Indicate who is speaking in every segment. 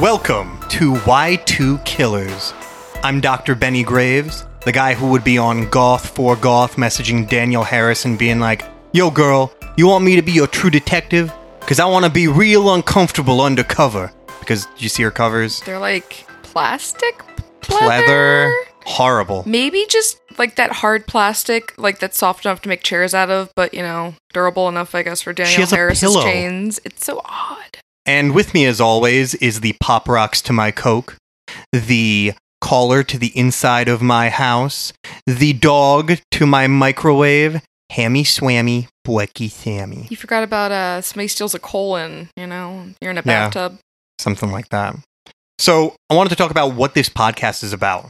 Speaker 1: Welcome to Y2 Killers. I'm Dr. Benny Graves, the guy who would be on Goth for Goth messaging Daniel Harris and being like, Yo, girl, you want me to be your true detective? Because I want to be real uncomfortable undercover. Because you see her covers?
Speaker 2: They're like plastic
Speaker 1: Pleather.
Speaker 2: pleather.
Speaker 1: Horrible.
Speaker 2: Maybe just like that hard plastic, like that's soft enough to make chairs out of, but you know, durable enough, I guess, for Daniel
Speaker 1: has a
Speaker 2: Harris's
Speaker 1: pillow.
Speaker 2: chains. It's so odd.
Speaker 1: And with me, as always, is the Pop Rocks to my Coke, the caller to the inside of my house, the dog to my microwave, Hammy Swammy, Bwecky Sammy.
Speaker 2: You forgot about uh somebody steals a colon, you know, you're in a
Speaker 1: Yeah.
Speaker 2: bathtub.
Speaker 1: something like that. So I wanted to talk about what this podcast is about.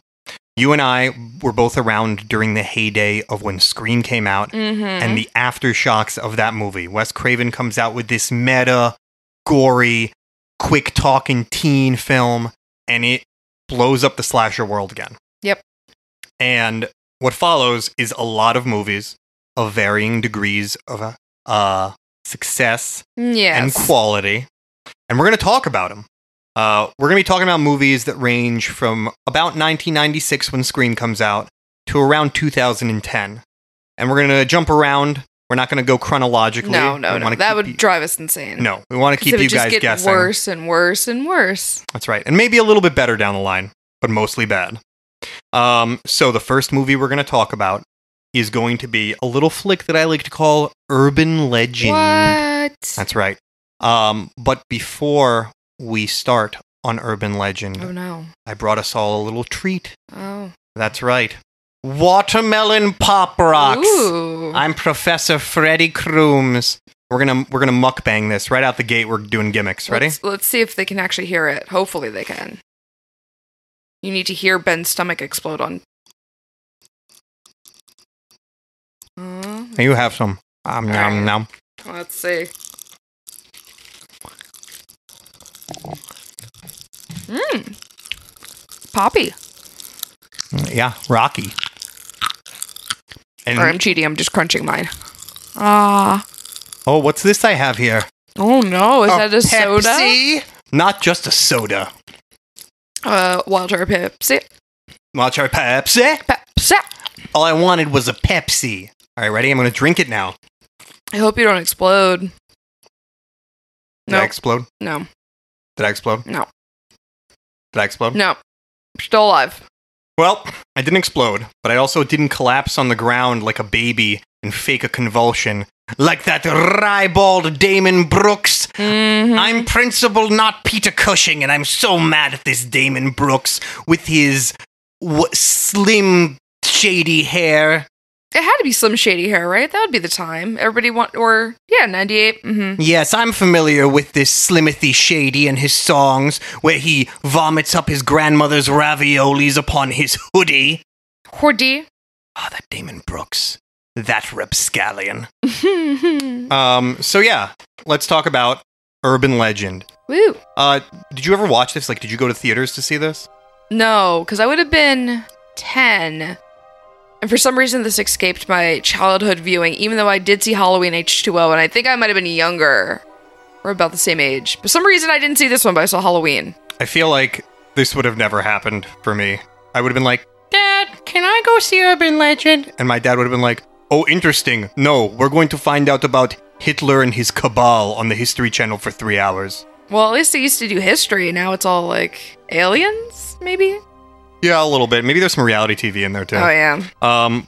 Speaker 1: You and I were both around during the heyday of when Scream came out
Speaker 2: Mm-hmm.
Speaker 1: and the aftershocks of that movie. Wes Craven comes out with this meta, gory, quick talking teen film, and it blows up the slasher world again.
Speaker 2: Yep.
Speaker 1: And what follows is a lot of movies of varying degrees of uh, success
Speaker 2: yes.
Speaker 1: and quality. And we're going to talk about them. Uh, we're going to be talking about movies that range from about 1996 when Scream comes out to around 2010. And we're going to jump around. We're not going to go chronologically.
Speaker 2: no, no,
Speaker 1: We
Speaker 2: no.
Speaker 1: wanna
Speaker 2: That
Speaker 1: keep
Speaker 2: would
Speaker 1: you-
Speaker 2: drive us insane.
Speaker 1: No, we want to
Speaker 2: 'Cause
Speaker 1: keep
Speaker 2: it would
Speaker 1: you
Speaker 2: just
Speaker 1: guys
Speaker 2: get
Speaker 1: guessing.
Speaker 2: worse and worse and worse.
Speaker 1: That's right. And maybe a little bit better down the line, but mostly bad. Um, so the first movie we're going to talk about is going to be a little flick that I like to call Urban Legend.
Speaker 2: What?
Speaker 1: That's right. Um, but before we start on Urban Legend,
Speaker 2: Oh no.
Speaker 1: I brought us all a little treat.
Speaker 2: Oh.
Speaker 1: That's right. Watermelon Pop Rocks.
Speaker 2: Ooh.
Speaker 1: I'm Professor Freddy Krooms. We're gonna we're gonna mukbang this right out the gate. We're doing gimmicks. Ready?
Speaker 2: Let's, let's see if they can actually hear it. Hopefully they can. You need to hear Ben's stomach explode on. Uh,
Speaker 1: Here, You have some. Um, nom,
Speaker 2: All right.
Speaker 1: nom.
Speaker 2: let's see. Mmm. Mm. Poppy.
Speaker 1: Yeah, Rocky. And
Speaker 2: Or I'm cheating. I'm just crunching mine. Ah.
Speaker 1: oh, what's this I have here?
Speaker 2: oh no. Is
Speaker 1: A
Speaker 2: that a soda?
Speaker 1: Pepsi? Not just a soda.
Speaker 2: Uh, Walter Pepsi.
Speaker 1: Watch our Pepsi.
Speaker 2: Pepsi.
Speaker 1: All I wanted was a Pepsi. All right, ready? I'm going to drink it now.
Speaker 2: I hope you don't explode.
Speaker 1: Did I
Speaker 2: No.
Speaker 1: explode?
Speaker 2: No.
Speaker 1: Did I explode?
Speaker 2: No.
Speaker 1: Did I explode?
Speaker 2: No. Still alive.
Speaker 1: Well, I didn't explode, but I also didn't collapse on the ground like a baby and fake a convulsion. Like that ribald Damon Brooks.
Speaker 2: Mm-hmm.
Speaker 1: I'm Principal, not Peter Cushing, and I'm so mad at this Damon Brooks with his w- slim, shady hair.
Speaker 2: It had to be Slim Shady hair, right? That would be the time. Everybody want, or yeah, ninety eight. Mm-hmm.
Speaker 1: Yes, I'm familiar with this Slimothy Shady and his songs, where he vomits up his grandmother's raviolis upon his hoodie.
Speaker 2: Hordy.
Speaker 1: Ah, that Damon Brooks. That rapscallion. Um, so yeah, let's talk about Urban Legend.
Speaker 2: Woo.
Speaker 1: Uh, did you ever watch this? Like, did you go to theaters to see this?
Speaker 2: No, because I would have been ten, and for some reason this escaped my childhood viewing. Even though I did see Halloween H two O, and I think I might have been younger or about the same age. For some reason, I didn't see this one, but I saw Halloween.
Speaker 1: I feel like this would have never happened for me. I would have been like, Dad,
Speaker 3: Can I go see Urban Legend?
Speaker 1: And my dad would have been like, Oh, interesting. No, we're going to find out about Hitler and his cabal on the History Channel for three hours.
Speaker 2: Well, at least they used to do history. Now it's all like aliens, maybe?
Speaker 1: Yeah, a little bit. Maybe there's some reality TV in there too.
Speaker 2: Oh, yeah.
Speaker 1: Um,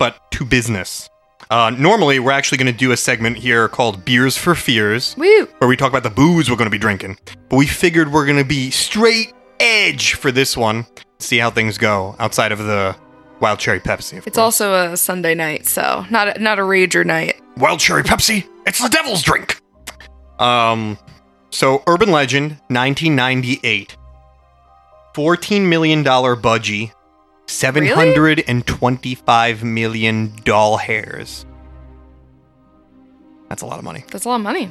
Speaker 1: but to business. Uh, normally, we're actually going to do a segment here called Beers for Fears,
Speaker 2: Woo!
Speaker 1: where we talk about the booze we're going to be drinking. But we figured we're going to be straight edge for this one. See how things go outside of the wild cherry Pepsi. Of
Speaker 2: It's
Speaker 1: course.
Speaker 2: also a Sunday night, so not a, not a rager night.
Speaker 1: wild cherry Pepsi. It's the devil's drink. Um, so urban legend, 1998. Fourteen million dollar budgie, seven hundred and twenty-five million doll hairs. That's a lot of money.
Speaker 2: That's a lot of money.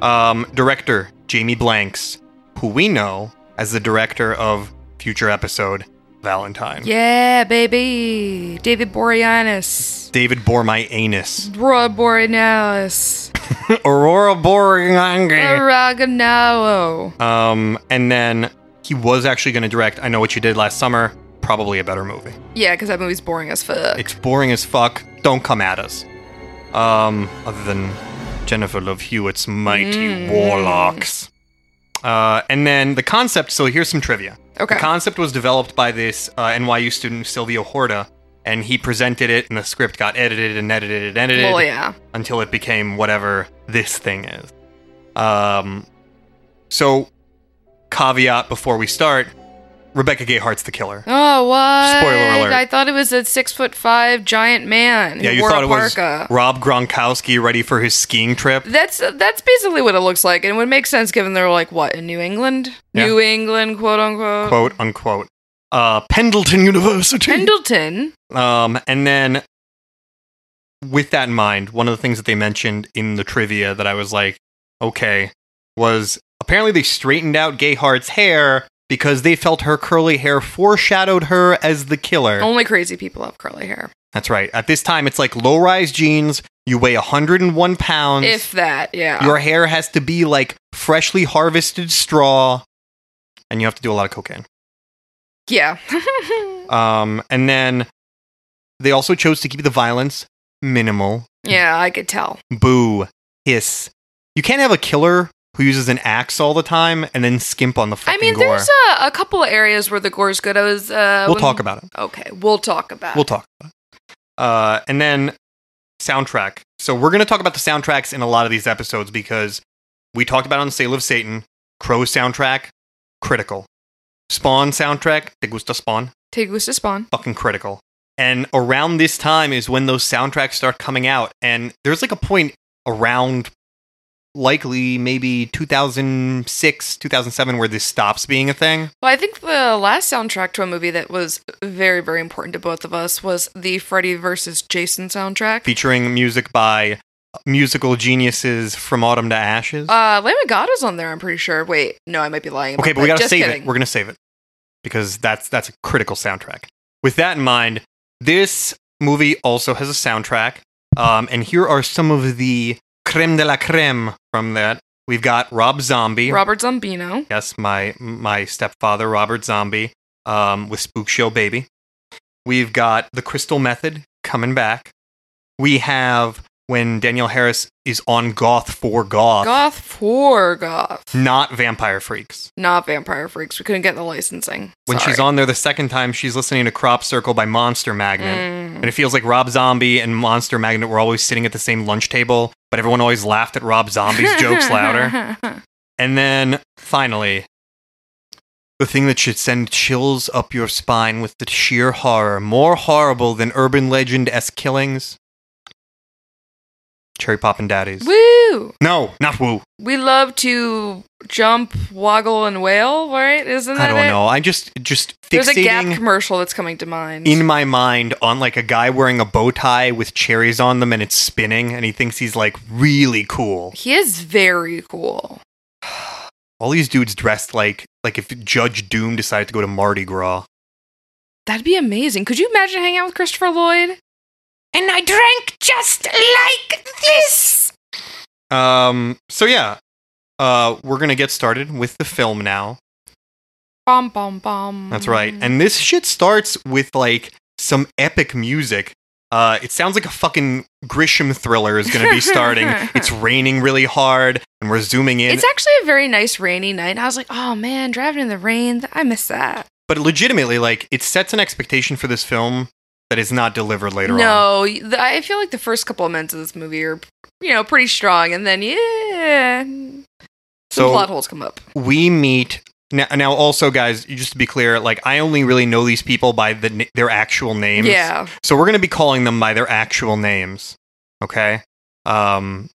Speaker 1: Um, director Jamie Blanks, who we know as the director of future episode Valentine.
Speaker 2: Yeah, baby. David Boreanaz.
Speaker 1: David bore my anus.
Speaker 2: Roy Boreanaz.
Speaker 1: Aurora Boreanaz.
Speaker 2: Aragonao.
Speaker 1: Um, and then he was actually going to direct I Know What You Did Last Summer, probably a better movie.
Speaker 2: Yeah, because that movie's boring as fuck.
Speaker 1: It's boring as fuck. Don't come at us. Um, other than Jennifer Love Hewitt's Mighty Warlocks. Uh, and then the concept, so here's some trivia.
Speaker 2: Okay.
Speaker 1: The concept was developed by this uh, NYU student, Silvio Horta, and he presented it, and the script got edited and edited and edited
Speaker 2: Well, yeah.
Speaker 1: until it became whatever this thing is. Um, so, caveat before we start Rebecca Gayhart's the killer.
Speaker 2: Oh, what?
Speaker 1: Spoiler alert.
Speaker 2: I thought it was a six foot five giant man. who
Speaker 1: Yeah, you
Speaker 2: wore
Speaker 1: thought
Speaker 2: a
Speaker 1: it was
Speaker 2: parka.
Speaker 1: Rob Gronkowski ready for his skiing trip.
Speaker 2: That's that's basically what it looks like, and it would make sense given they're like what in New England,
Speaker 1: Yeah.
Speaker 2: New England, quote unquote,
Speaker 1: Quote unquote. Uh, Pendleton University.
Speaker 2: Pendleton.
Speaker 1: Um, and then with that in mind, one of the things that they mentioned in the trivia that I was like, okay, was apparently they straightened out Gayhart's hair because they felt her curly hair foreshadowed her as the killer.
Speaker 2: Only crazy people have curly hair,
Speaker 1: That's right. At this time, it's like low rise jeans. You weigh 101 pounds.
Speaker 2: if uh, that. Yeah,
Speaker 1: Your hair has to be like freshly harvested straw, and you have to do a lot of cocaine.
Speaker 2: yeah.
Speaker 1: Um, and then they also chose to keep the violence minimal
Speaker 2: yeah, I could tell.
Speaker 1: boo, hiss. You can't have a killer who uses an axe all the time and then skimp on the
Speaker 2: I
Speaker 1: fucking
Speaker 2: mean,
Speaker 1: gore.
Speaker 2: there's a, a couple of areas where the gore's good. I was. Uh,
Speaker 1: we'll
Speaker 2: when-
Speaker 1: talk about it.
Speaker 2: Okay, we'll talk about.
Speaker 1: We'll talk about it. Uh, and then soundtrack. So we're going to talk about the soundtracks in a lot of these episodes because we talked about it on the Sale of Satan, Crow soundtrack, critical. Spawn soundtrack, Te Gusta Spawn,
Speaker 2: Take Goose to spawn.
Speaker 1: fucking critical. And around this time is when those soundtracks start coming out. And there's like a point around likely maybe 2006, 2007 where this stops being a thing.
Speaker 2: Well, I think the last soundtrack to a movie that was very, very important to both of us was the Freddy versus Jason soundtrack.
Speaker 1: Featuring music by uh, musical geniuses from Autumn to Ashes.
Speaker 2: Uh, Lamb of God was on there. I'm pretty sure. Wait, no, I might be lying. about
Speaker 1: okay, but we
Speaker 2: that.
Speaker 1: got to
Speaker 2: Just
Speaker 1: save
Speaker 2: kidding.
Speaker 1: it. We're going to save it because that's that's a critical soundtrack. With that in mind, this movie also has a soundtrack. Um, and here are some of the creme de la creme from that. We've got Rob Zombie.
Speaker 2: Robert Zombino.
Speaker 1: Yes, my my stepfather Robert Zombie um, with Spook Show Baby. We've got the Crystal Method coming back. We have when Danielle Harris is on Goth for Goth, Hmm.
Speaker 2: Goth for Goth.
Speaker 1: not Vampire Freaks.
Speaker 2: Not Vampire Freaks. We couldn't get the licensing.
Speaker 1: When
Speaker 2: Sorry.
Speaker 1: she's on there the second time, she's listening to Crop Circle by Monster Magnet.
Speaker 2: Mm.
Speaker 1: And it feels like Rob Zombie and Monster Magnet were always sitting at the same lunch table, but everyone always laughed at Rob Zombie's jokes louder. And then finally, the thing that should send chills up your spine with the sheer horror, more horrible than urban legend esque killings. Cherry Poppin' Daddies.
Speaker 2: Woo!
Speaker 1: No, not woo.
Speaker 2: We love to jump, woggle, and wail, right? Isn't
Speaker 1: I
Speaker 2: that
Speaker 1: don't
Speaker 2: it?
Speaker 1: know. I just just
Speaker 2: There's a Gap
Speaker 1: fixating
Speaker 2: commercial that's coming to mind.
Speaker 1: in my mind on like a guy wearing a bow tie with cherries on them and it's spinning and he thinks he's like really cool.
Speaker 2: he is very cool.
Speaker 1: All these dudes dressed like like if Judge Doom decided to go to Mardi Gras.
Speaker 2: That'd be amazing. Could you imagine hanging out with Christopher Lloyd?
Speaker 3: And I drank just like this.
Speaker 1: Um. So yeah, uh, we're gonna get started with the film now.
Speaker 2: Bom, bom, bom. Mm-hmm.
Speaker 1: That's right. And this shit starts with like some epic music. Uh, it sounds like a fucking Grisham thriller is going to be starting. it's raining really hard, and we're zooming in.
Speaker 2: It's actually a very nice rainy night. And I was like, oh man, driving in the rain. I miss that.
Speaker 1: but legitimately, like, it sets an expectation for this film that is not delivered later on.
Speaker 2: No, y- the, I feel like the first couple of minutes of this movie are, you know, pretty strong, and then yeah, some
Speaker 1: So-
Speaker 2: plot holes come up.
Speaker 1: We meet now. Now, also, guys, just to be clear, like, I only really know these people by the, n- their actual names.
Speaker 2: Yeah,
Speaker 1: So we're going to be calling them by their actual names, okay? Um,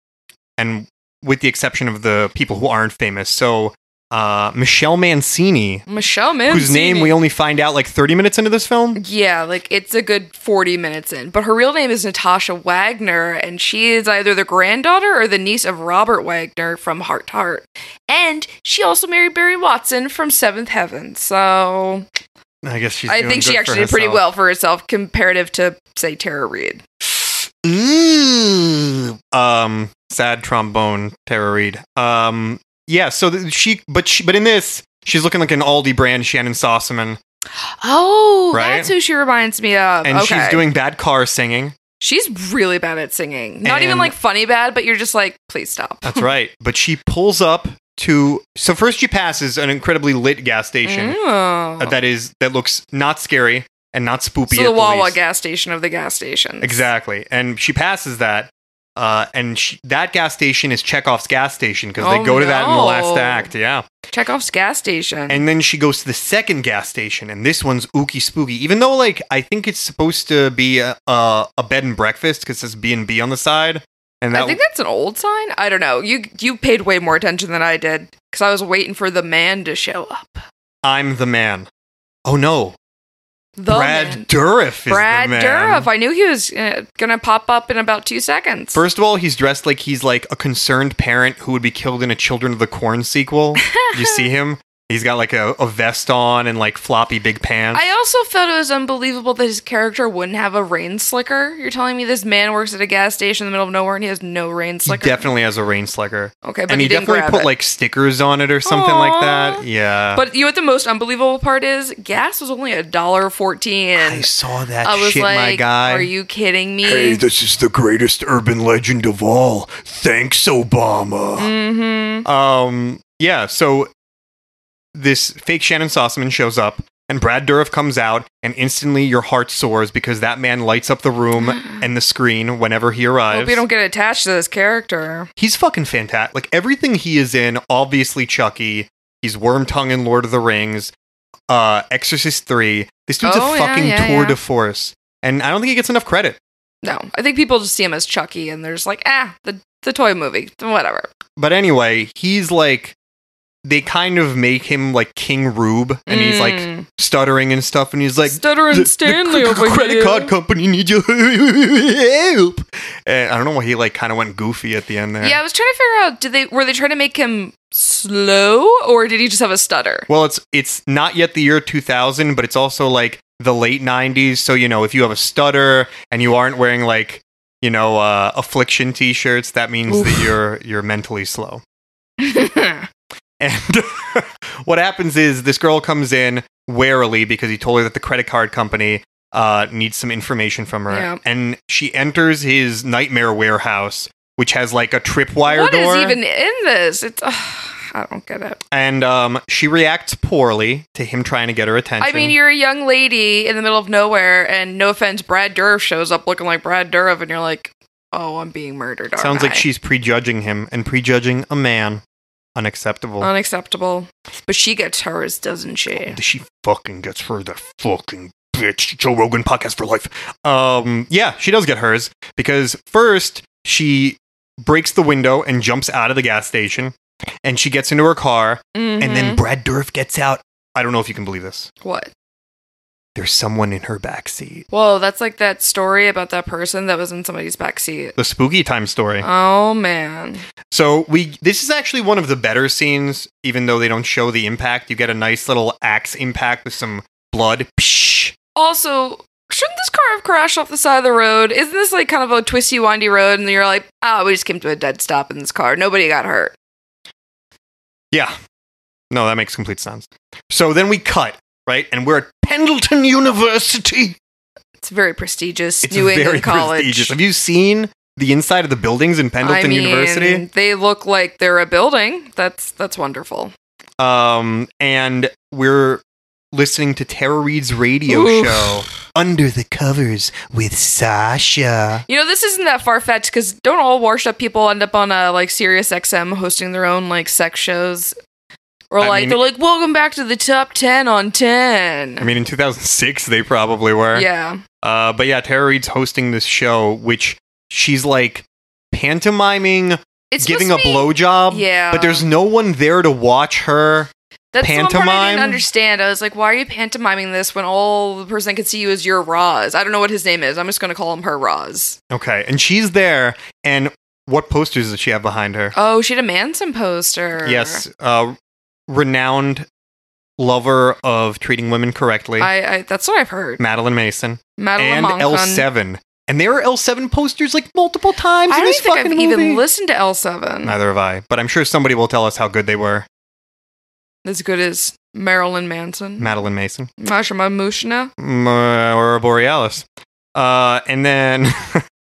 Speaker 1: and with the exception of the people who aren't famous. So uh, Michelle Mancini,
Speaker 2: Michelle Mancini.
Speaker 1: whose name we only find out like 30 minutes into this film.
Speaker 2: Yeah, like it's a good 40 minutes in. But her real name is Natasha Wagner, and she is either the granddaughter or the niece of Robert Wagner from Heart to Heart. And she also married Barry Watson from Seventh Heaven. So
Speaker 1: I guess she's.
Speaker 2: I
Speaker 1: doing
Speaker 2: think she
Speaker 1: good
Speaker 2: actually
Speaker 1: for
Speaker 2: did pretty
Speaker 1: herself.
Speaker 2: well for herself comparative to, say, Tara Reid.
Speaker 1: Ooh. Um, sad trombone, Tara Reid. Um, yeah. So th- she, but she, but in this, she's looking like an Aldi brand Shannon Sossaman,
Speaker 2: Oh,
Speaker 1: Right?
Speaker 2: that's who she reminds me of.
Speaker 1: and
Speaker 2: okay.
Speaker 1: she's doing bad car singing.
Speaker 2: She's really bad at singing. Not even
Speaker 1: And-
Speaker 2: like funny bad, but you're just like, please stop.
Speaker 1: That's right. But she pulls up to. So first, she passes an incredibly lit gas station
Speaker 2: Oh.
Speaker 1: uh, that is that looks not scary and not spoopy.
Speaker 2: So
Speaker 1: at
Speaker 2: the Wawa
Speaker 1: least.
Speaker 2: gas station of the gas station.
Speaker 1: Exactly, and she passes that. Uh, and she, that gas station is Chekhov's gas station because they
Speaker 2: Oh,
Speaker 1: go to that in the last
Speaker 2: no.
Speaker 1: act. Yeah.
Speaker 2: Chekhov's gas station.
Speaker 1: And then she goes to the second gas station, and this one's ooky spooky. Even though, like, I think it's supposed to be a a, a bed and breakfast because it says B and B on the side, and that
Speaker 2: I think that's an old sign. I don't know. You you paid way more attention than I did because I was waiting for the man to show up.
Speaker 1: I'm the man. Oh no,
Speaker 2: The
Speaker 1: Brad
Speaker 2: man.
Speaker 1: Dourif is
Speaker 2: Brad
Speaker 1: the man.
Speaker 2: Dourif. I knew he was uh, gonna pop up in about two seconds.
Speaker 1: First of all, he's dressed like he's like a concerned parent who would be killed in a Children of the Corn sequel. you see him? He's got like a, a vest on and like floppy big pants.
Speaker 2: I also felt it was unbelievable that his character wouldn't have a rain slicker. You're telling me this man works at a gas station in the middle of nowhere and he has no rain
Speaker 1: he
Speaker 2: slicker?
Speaker 1: definitely has a rain slicker,
Speaker 2: okay, but
Speaker 1: and
Speaker 2: he,
Speaker 1: he
Speaker 2: didn't
Speaker 1: definitely
Speaker 2: grab
Speaker 1: put
Speaker 2: it.
Speaker 1: like uh, stickers on it or something like that.
Speaker 2: Aw.
Speaker 1: Yeah.
Speaker 2: But you know what the most unbelievable part is? Gas was only a dollar fourteen.
Speaker 1: I saw that
Speaker 2: I was
Speaker 1: shit,
Speaker 2: like,
Speaker 1: my guy.
Speaker 2: "Are you kidding me?"
Speaker 4: Hey, this is the greatest urban legend of all. Thanks, Obama.
Speaker 2: mm-hmm.
Speaker 1: um, yeah. So this fake Shannon Sossaman shows up, and Brad Dourif comes out, and instantly your heart soars because that man lights up the room and the screen whenever he
Speaker 2: I hope
Speaker 1: arrives.
Speaker 2: you don't get attached to this character.
Speaker 1: He's fucking fantastic. Like everything he is in, obviously Chucky. He's Worm Tongue in Lord of the Rings, uh, Exorcist Three. This dude's
Speaker 2: Oh,
Speaker 1: a
Speaker 2: yeah,
Speaker 1: fucking
Speaker 2: yeah,
Speaker 1: tour
Speaker 2: yeah.
Speaker 1: de force, and I don't think he gets enough credit.
Speaker 2: No, I think people just see him as Chucky, and they're just like, ah, the the toy movie, whatever.
Speaker 1: but anyway, he's like they kind of make him like King Rube, and he's like
Speaker 2: Mm.
Speaker 1: stuttering and stuff, and he's like
Speaker 2: Stutter and Stanley
Speaker 1: cr- cr-
Speaker 2: over
Speaker 1: credit
Speaker 2: here.
Speaker 1: card company needs your help. And I don't know why he like kind of went goofy at the end there.
Speaker 2: Yeah, I was trying to figure out, did they were they trying to make him slow, or did he just have a stutter?
Speaker 1: Well, it's it's not yet the year 2000, but it's also like the late 90s. So you know, if you have a stutter and you aren't wearing like you know uh, affliction T-shirts, that means that you're you're mentally slow. And what happens is this girl comes in warily because he told her that the credit card company uh, needs some information from her.
Speaker 2: Yeah.
Speaker 1: And she enters his nightmare warehouse, which has like a tripwire
Speaker 2: What is
Speaker 1: door.
Speaker 2: even in this? It's ugh, I don't get it.
Speaker 1: and um, she reacts poorly to him trying to get her attention.
Speaker 2: I mean, you're a young lady in the middle of nowhere, and no offense, Brad Dourif shows up looking like Brad Dourif, and you're like, oh, I'm being murdered. aren't
Speaker 1: Sounds like
Speaker 2: I?
Speaker 1: she's prejudging him and prejudging a man. Unacceptable.
Speaker 2: unacceptable. But she gets hers, doesn't she?
Speaker 1: she fucking gets her that fucking bitch. Joe Rogan podcast for life. Um, yeah, she does get hers because first she breaks the window and jumps out of the gas station, and she gets into her car, and then Brad Dourif gets out. I don't know if you can believe this.
Speaker 2: Mm-hmm. what?
Speaker 1: There's someone in her backseat.
Speaker 2: Whoa, that's like that story about that person that was in somebody's backseat.
Speaker 1: The spooky time story.
Speaker 2: Oh man,
Speaker 1: So we this is actually one of the better scenes, even though they don't show the impact. You get a nice little axe impact with some blood. Psh.
Speaker 2: Also, shouldn't this car have crashed off the side of the road? Isn't this like kind of a twisty, windy road? And you're like, ah, we just came to a dead stop in this car. Nobody got hurt.
Speaker 1: Yeah. No, that makes complete sense. So then we cut, right? And we're at Pendleton University.
Speaker 2: It's very prestigious.
Speaker 1: It's
Speaker 2: New
Speaker 1: very
Speaker 2: England College.
Speaker 1: prestigious. Have you seen the inside of the buildings in Pendleton
Speaker 2: I mean,
Speaker 1: University?
Speaker 2: They look like they're a building. That's that's wonderful.
Speaker 1: Um, and we're listening to Tara Reed's radio
Speaker 2: Oof.
Speaker 1: show Under the Covers with Sasha.
Speaker 2: You know, this isn't that far fetched because don't all washed up people end up on uh, like Sirius XM hosting their own like sex shows, or
Speaker 1: I
Speaker 2: like
Speaker 1: mean-
Speaker 2: they're like, "Welcome back to the top ten on 10.
Speaker 1: I mean, in 2006, they probably were.
Speaker 2: yeah,
Speaker 1: Uh, but yeah, Tara Reed's hosting this show, which she's like pantomiming
Speaker 2: it's
Speaker 1: giving a
Speaker 2: supposed to be-
Speaker 1: blowjob.
Speaker 2: Yeah.
Speaker 1: But there's no one there to watch her.
Speaker 2: That's the one part I
Speaker 1: pantomime.
Speaker 2: didn't understand. I was like, "Why are you pantomiming this when all the person that can see you is your Roz?" I don't know what his name is. I'm just gonna call him her Roz.
Speaker 1: Okay. And she's there. And what posters does she have behind her?
Speaker 2: Oh, she had a Manson poster.
Speaker 1: Yes. Uh, renowned lover of treating women correctly,
Speaker 2: I, I that's what I've heard.
Speaker 1: Madeline Mason,
Speaker 2: Madeline
Speaker 1: and
Speaker 2: Monkan.
Speaker 1: L7. And there are L7 posters like multiple times
Speaker 2: I
Speaker 1: in
Speaker 2: don't
Speaker 1: this
Speaker 2: even think
Speaker 1: fucking
Speaker 2: I've
Speaker 1: movie.
Speaker 2: even listened to L7.
Speaker 1: Neither have I. But I'm sure somebody will tell us how good they were.
Speaker 2: As good as Marilyn Manson.
Speaker 1: Madeline Mason.
Speaker 2: Masha Mamushna.
Speaker 1: M- Aurora Mm, Borealis. Uh, and then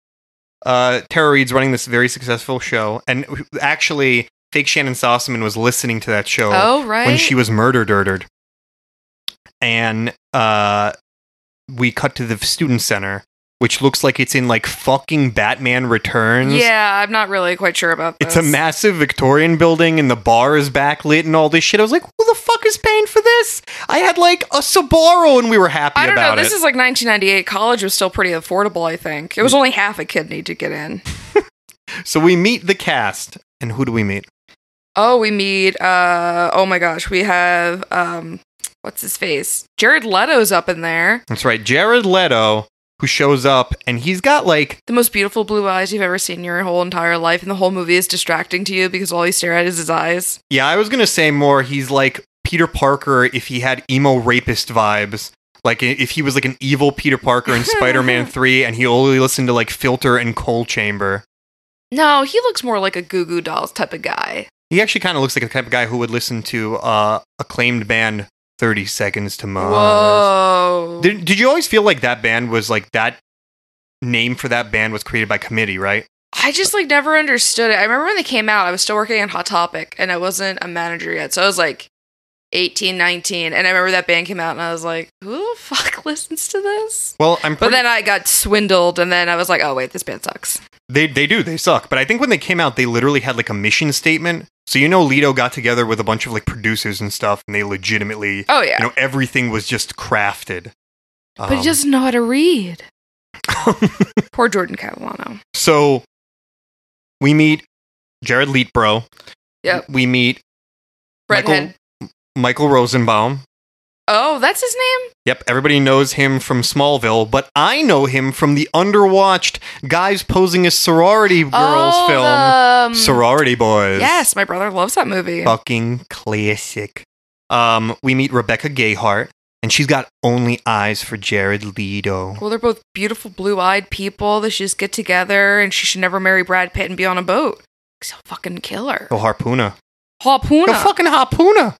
Speaker 1: uh, Tara Reid's running this very successful show. And actually, fake Shannon Sossaman was listening to that show
Speaker 2: Oh, right.
Speaker 1: when she was murder dirtered. And uh, we cut to the student center, which looks like it's in like fucking Batman Returns.
Speaker 2: yeah, I'm not really quite sure about
Speaker 1: It's
Speaker 2: this.
Speaker 1: a massive Victorian building and the bar is backlit and all this shit. I was like, who the fuck is paying for this? I had like a Subaru and we were happy
Speaker 2: I don't know.
Speaker 1: about
Speaker 2: This
Speaker 1: it. Mm.
Speaker 2: is like 1998. College was still pretty affordable, I think. It was only half a kidney to get in.
Speaker 1: so we meet the cast. And who do we meet?
Speaker 2: Oh, we meet. Uh, oh my gosh, we have. Um, what's his face? Jared Leto's up in there.
Speaker 1: That's right, Jared Leto, who shows up and he's got like
Speaker 2: The most beautiful blue eyes you've ever seen in your whole entire life, and the whole movie is distracting to you because all you stare at is his eyes.
Speaker 1: Yeah, I was gonna say more. He's like Peter Parker if he had emo rapist vibes. Like i- if he was like an evil Peter Parker in Spider-Man Three, and he only listened to like Filter and Coal Chamber.
Speaker 2: No, he looks more like a Goo Goo Dolls type of guy.
Speaker 1: He actually kind of looks like the type of guy who would listen to uh, acclaimed band Thirty Seconds to Mars.
Speaker 2: Whoa.
Speaker 1: Did, did you always feel like that band was like that name for that band was created by committee, right?
Speaker 2: I just like never understood it. I remember when they came out, I was still working on Hot Topic and I wasn't a manager yet. So I was like 18, 19. And I remember that band came out and I was like, who the fuck listens to this?
Speaker 1: Well, I'm.
Speaker 2: But
Speaker 1: pretty-
Speaker 2: then I got swindled and then I was like, oh, wait, this band sucks.
Speaker 1: They they do they suck, but I think when they came out, they literally had like a mission statement. So you know, Leto got together with a bunch of like producers and stuff, and they legitimately,
Speaker 2: Oh, yeah.
Speaker 1: you know, everything was just crafted.
Speaker 2: but he
Speaker 1: Um,
Speaker 2: doesn't know how to read. Poor Jordan Catalano.
Speaker 1: so we meet Jared Leetbro.
Speaker 2: Yep.
Speaker 1: We meet Michael-
Speaker 2: Redhead.
Speaker 1: Michael Rosenbaum.
Speaker 2: Oh, that's his name?
Speaker 1: Yep, everybody knows him from Smallville, but I know him from the underwatched guys posing as sorority girls
Speaker 2: oh,
Speaker 1: film,
Speaker 2: the, um,
Speaker 1: Sorority Boys.
Speaker 2: Yes, my brother loves that movie.
Speaker 1: fucking classic. Um, we meet Rebecca Gayhart, and she's got only eyes for Jared Leto.
Speaker 2: Well, they're both beautiful blue eyed people. They should just get together and she should never marry Brad Pitt and be on a boat. Because he'll fucking kill her.
Speaker 1: Go harpooner.
Speaker 2: Harpoon
Speaker 1: Go
Speaker 2: her.
Speaker 1: fucking harpooner.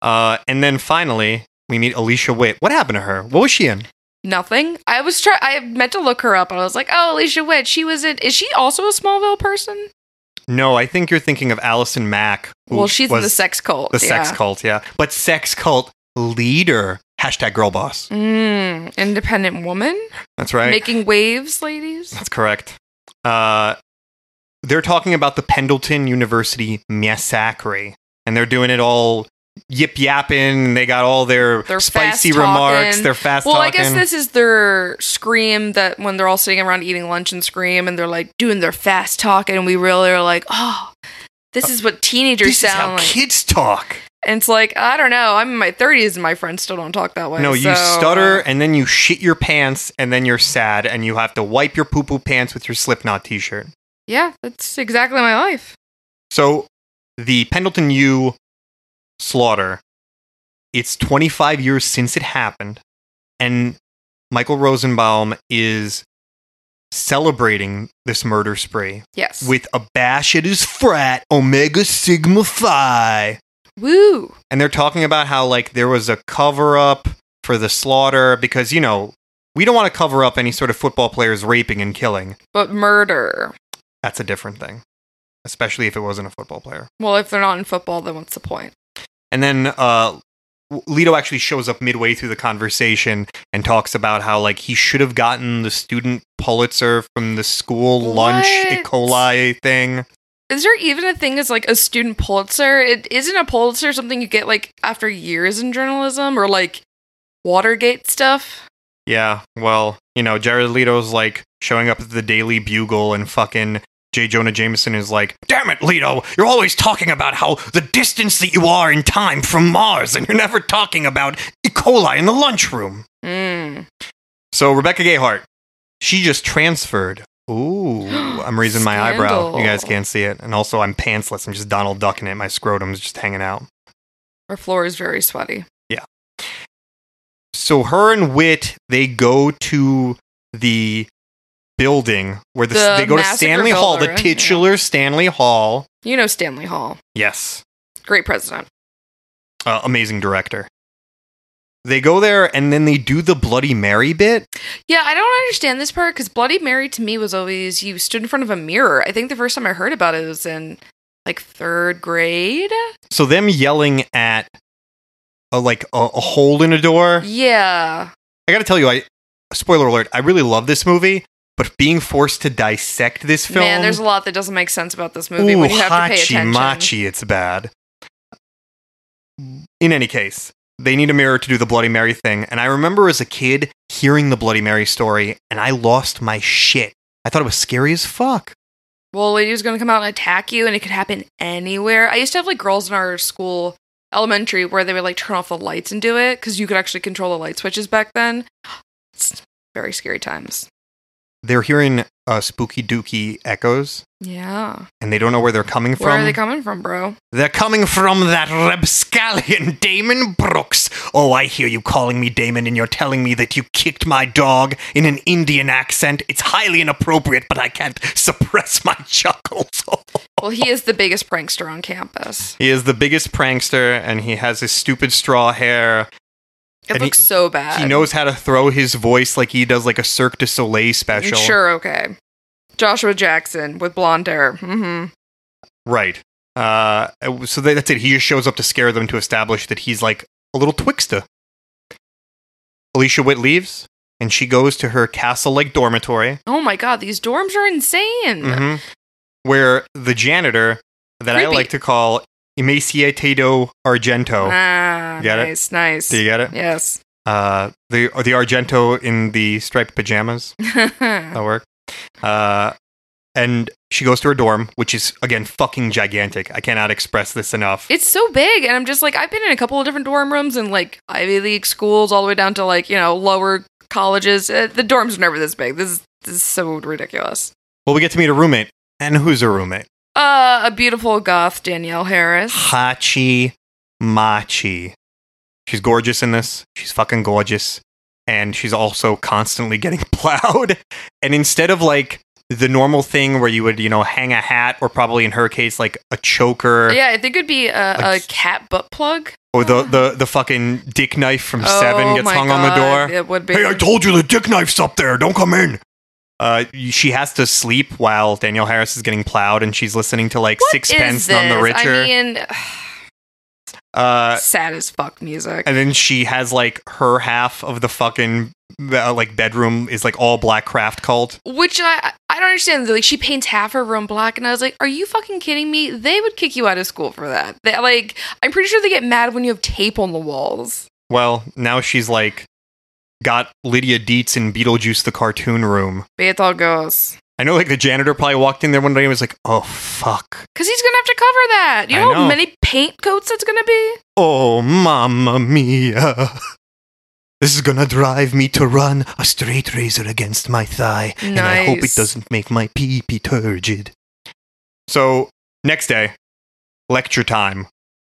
Speaker 1: Uh, and then finally, we meet Alicia Witt. What happened to her? What was she in?
Speaker 2: Nothing. I was try. I meant to look her up and I was like, oh, Alicia Witt. She was in. Is she also a Smallville person?
Speaker 1: No, I think you're thinking of Allison Mack. who
Speaker 2: Well, she's in
Speaker 1: was
Speaker 2: the sex cult.
Speaker 1: the sex
Speaker 2: yeah.
Speaker 1: cult, yeah. But sex cult leader. Hashtag girl boss.
Speaker 2: Mm, independent woman
Speaker 1: That's right.
Speaker 2: making waves, ladies.
Speaker 1: That's correct. Uh, they're talking about the Pendleton University massacre, and they're doing it all yip yapping. and They got all their
Speaker 2: They're
Speaker 1: spicy
Speaker 2: fast-talking.
Speaker 1: remarks. They're fast
Speaker 2: Well, I
Speaker 1: talking.
Speaker 2: guess this is their scream that when they're all sitting around eating lunch and scream and they're like doing their fast talk and we really are like, oh, this is what teenagers
Speaker 1: This is
Speaker 2: sound
Speaker 1: how
Speaker 2: like.
Speaker 1: kids talk.
Speaker 2: And it's like, I don't know. I'm in my 30s and my friends still don't talk that way.
Speaker 1: No, you
Speaker 2: so- uh,
Speaker 1: stutter and then you shit your pants and then you're sad and you have to wipe your poo poo pants with your Slipknot t-shirt.
Speaker 2: Yeah, that's exactly my life.
Speaker 1: So the Pendleton U slaughter, it's 25 years since it happened, and Michael Rosenbaum is celebrating this murder spree
Speaker 2: Yes.
Speaker 1: with a bash at his frat, Omega Sigma Phi.
Speaker 2: Woo.
Speaker 1: And they're talking about how, like, there was a cover up for the slaughter because, you know, We don't want to cover up any sort of football players raping and killing.
Speaker 2: But murder.
Speaker 1: That's a different thing, especially if it wasn't a football player.
Speaker 2: Well, if they're not in football, then what's the point?
Speaker 1: And then uh, Leto actually shows up midway through the conversation and talks about how like he should have gotten the student Pulitzer from the school lunch E.
Speaker 2: What?
Speaker 1: coli thing.
Speaker 2: Is there even a thing as like a student Pulitzer? It isn't a Pulitzer something you get like after years in journalism or like Watergate stuff.
Speaker 1: Yeah, well, you know, Jared Leto's like showing up at the Daily Bugle and fucking J. Jonah Jameson is like, Damn it, Leto, you're always talking about how the distance that you are in time from Mars, and you're never talking about E. coli in the lunchroom.
Speaker 2: Mm.
Speaker 1: So Rebecca Gayhart, she just transferred. Ooh, I'm raising my eyebrow. You guys
Speaker 2: Scandal.
Speaker 1: can't see it. And also, I'm pantsless. I'm just Donald ducking it. My scrotum's just hanging out.
Speaker 2: Our floor is very sweaty.
Speaker 1: So her and Wit, they go to the building where the,
Speaker 2: The
Speaker 1: they go to
Speaker 2: massacre
Speaker 1: Stanley Hall, the
Speaker 2: building, yeah.
Speaker 1: titular Stanley Hall.
Speaker 2: You know Stanley Hall,
Speaker 1: Yes,
Speaker 2: great president.
Speaker 1: uh, amazing director. They go there and then they do the Bloody Mary bit.
Speaker 2: Yeah, I don't understand this part because Bloody Mary to me was always you stood in front of a mirror. I think the first time I heard about it was in like third grade.
Speaker 1: So them yelling at a, like a, a hole in a door.
Speaker 2: Yeah.
Speaker 1: I gotta tell you, I spoiler alert, I really love this movie, but being forced to dissect this film,
Speaker 2: Man, there's a lot that doesn't make sense about this movie
Speaker 1: ooh,
Speaker 2: when you have to pay
Speaker 1: hachi
Speaker 2: attention.
Speaker 1: machi, it's bad. In any case, they need a mirror to do the Bloody Mary thing, and I remember as a kid hearing the Bloody Mary story, and I lost my shit. I thought it was scary as fuck.
Speaker 2: Well, a lady was going to come out and attack you, and it could happen anywhere. I used to have like girls in our school elementary where they would like turn off the lights and do it because you could actually control the light switches back then. It's very scary times.
Speaker 1: They're hearing uh, spooky dooky echoes,
Speaker 2: Yeah.
Speaker 1: and they don't know where they're coming from.
Speaker 2: Where are they coming from, bro?
Speaker 1: They're coming from that rapscallion Damon Brooks. Oh, I hear you calling me Damon and you're telling me that you kicked my dog in an Indian accent. It's highly inappropriate, but I can't suppress my chuckles.
Speaker 2: Well, he is the biggest prankster on campus.
Speaker 1: he is the biggest prankster and he has his stupid straw hair.
Speaker 2: It
Speaker 1: And he-
Speaker 2: looks so bad.
Speaker 1: He knows how to throw his voice like he does like a Cirque du Soleil special.
Speaker 2: Sure, okay. Joshua Jackson with blonde hair. Mm-hmm.
Speaker 1: Right. Uh, so tha- that's it. He just shows up to scare them to establish that he's like a little twixter. Alicia Witt leaves, and she goes to her castle-like dormitory,
Speaker 2: Oh my god, these dorms are insane.
Speaker 1: mhm, where the janitor that I
Speaker 2: Creepy.
Speaker 1: like to call Emaciatedo Argento.
Speaker 2: Ah,
Speaker 1: Oh. Get it?
Speaker 2: nice, nice.
Speaker 1: Do you get it?
Speaker 2: Yes.
Speaker 1: Uh, the or the Argento in the striped pajamas. That work. Uh, and she goes to her dorm, which is again fucking gigantic. I cannot express this enough.
Speaker 2: it's so big and i'm just like i've been in a couple of different dorm rooms and like ivy league schools all the way down to like you know lower colleges uh, the dorms are never this big this is, this is so ridiculous
Speaker 1: well, we get to meet a roommate, and who's her roommate?
Speaker 2: uh a beautiful goth danielle harris
Speaker 1: Hachi Machi. She's gorgeous in this. She's fucking gorgeous. And she's also constantly getting plowed. And instead of like the normal thing where you would, you know, hang a hat or probably in her case, like a choker
Speaker 2: yeah i think it'd be a, a
Speaker 1: Like-
Speaker 2: cat butt plug
Speaker 1: or the, the, the fucking dick knife from
Speaker 2: Oh
Speaker 1: Seven gets
Speaker 2: my
Speaker 1: hung on the
Speaker 2: God,
Speaker 1: door.
Speaker 2: it would be
Speaker 4: Hey, I told you the dick knife's up there. Don't come in.
Speaker 1: Uh, she has to sleep while Danielle Harris is getting plowed and she's listening to like
Speaker 2: What is
Speaker 1: Sixpence
Speaker 2: this?
Speaker 1: None the Richer.
Speaker 2: i mean
Speaker 1: uh,
Speaker 2: sad as fuck music
Speaker 1: and then she has like her half of the fucking uh, like bedroom is like all black craft cult.
Speaker 2: which I I don't understand. Like she paints half her room black, and I was like, "Are you fucking kidding me? They would kick you out of school for that." They, like I'm pretty sure they get mad when you have tape on the walls.
Speaker 1: Well, now she's like got Lydia Dietz in Beetlejuice the cartoon room.
Speaker 2: But it all goes
Speaker 1: I know like the janitor probably walked in there one day and was like, "Oh fuck.
Speaker 2: because he's gonna have to cover that. You
Speaker 1: I
Speaker 2: know,
Speaker 1: know.
Speaker 2: how many paint coats that's gonna be.
Speaker 1: Oh mamma mia. This is gonna drive me to run a straight razor against my thigh, and I hope it
Speaker 2: Nice.
Speaker 1: doesn't make my pee pee turgid." So next day, lecture time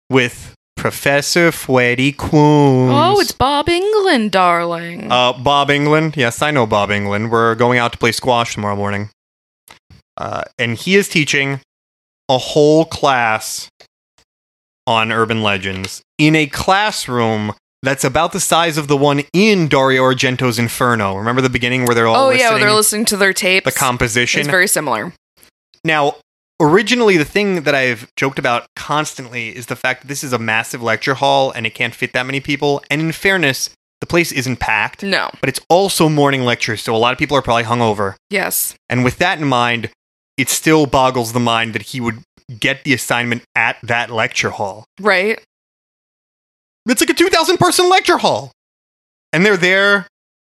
Speaker 1: with Professor Freddy Coombs.
Speaker 2: Oh, it's Bob England, darling.
Speaker 1: Uh, Bob England. Yes, I know Bob England. We're going out to play squash tomorrow morning. Uh, and he is teaching a whole class on urban legends in a classroom that's about the size of the one in Dario Argento's Inferno. Remember the beginning where they're all
Speaker 2: oh
Speaker 1: listening
Speaker 2: yeah, well, they're listening to their tapes.
Speaker 1: the composition?
Speaker 2: It's very similar.
Speaker 1: Now, originally, the thing that I've joked about constantly is the fact that this is a massive lecture hall and it can't fit that many people. And in fairness, the place isn't packed,
Speaker 2: No.
Speaker 1: but it's also morning lectures, so a lot of people are probably hungover.
Speaker 2: Yes.
Speaker 1: And with that in mind, it still boggles the mind that he would get the assignment at that lecture hall.
Speaker 2: Right.
Speaker 1: It's like a 2,000 person lecture hall. And they're there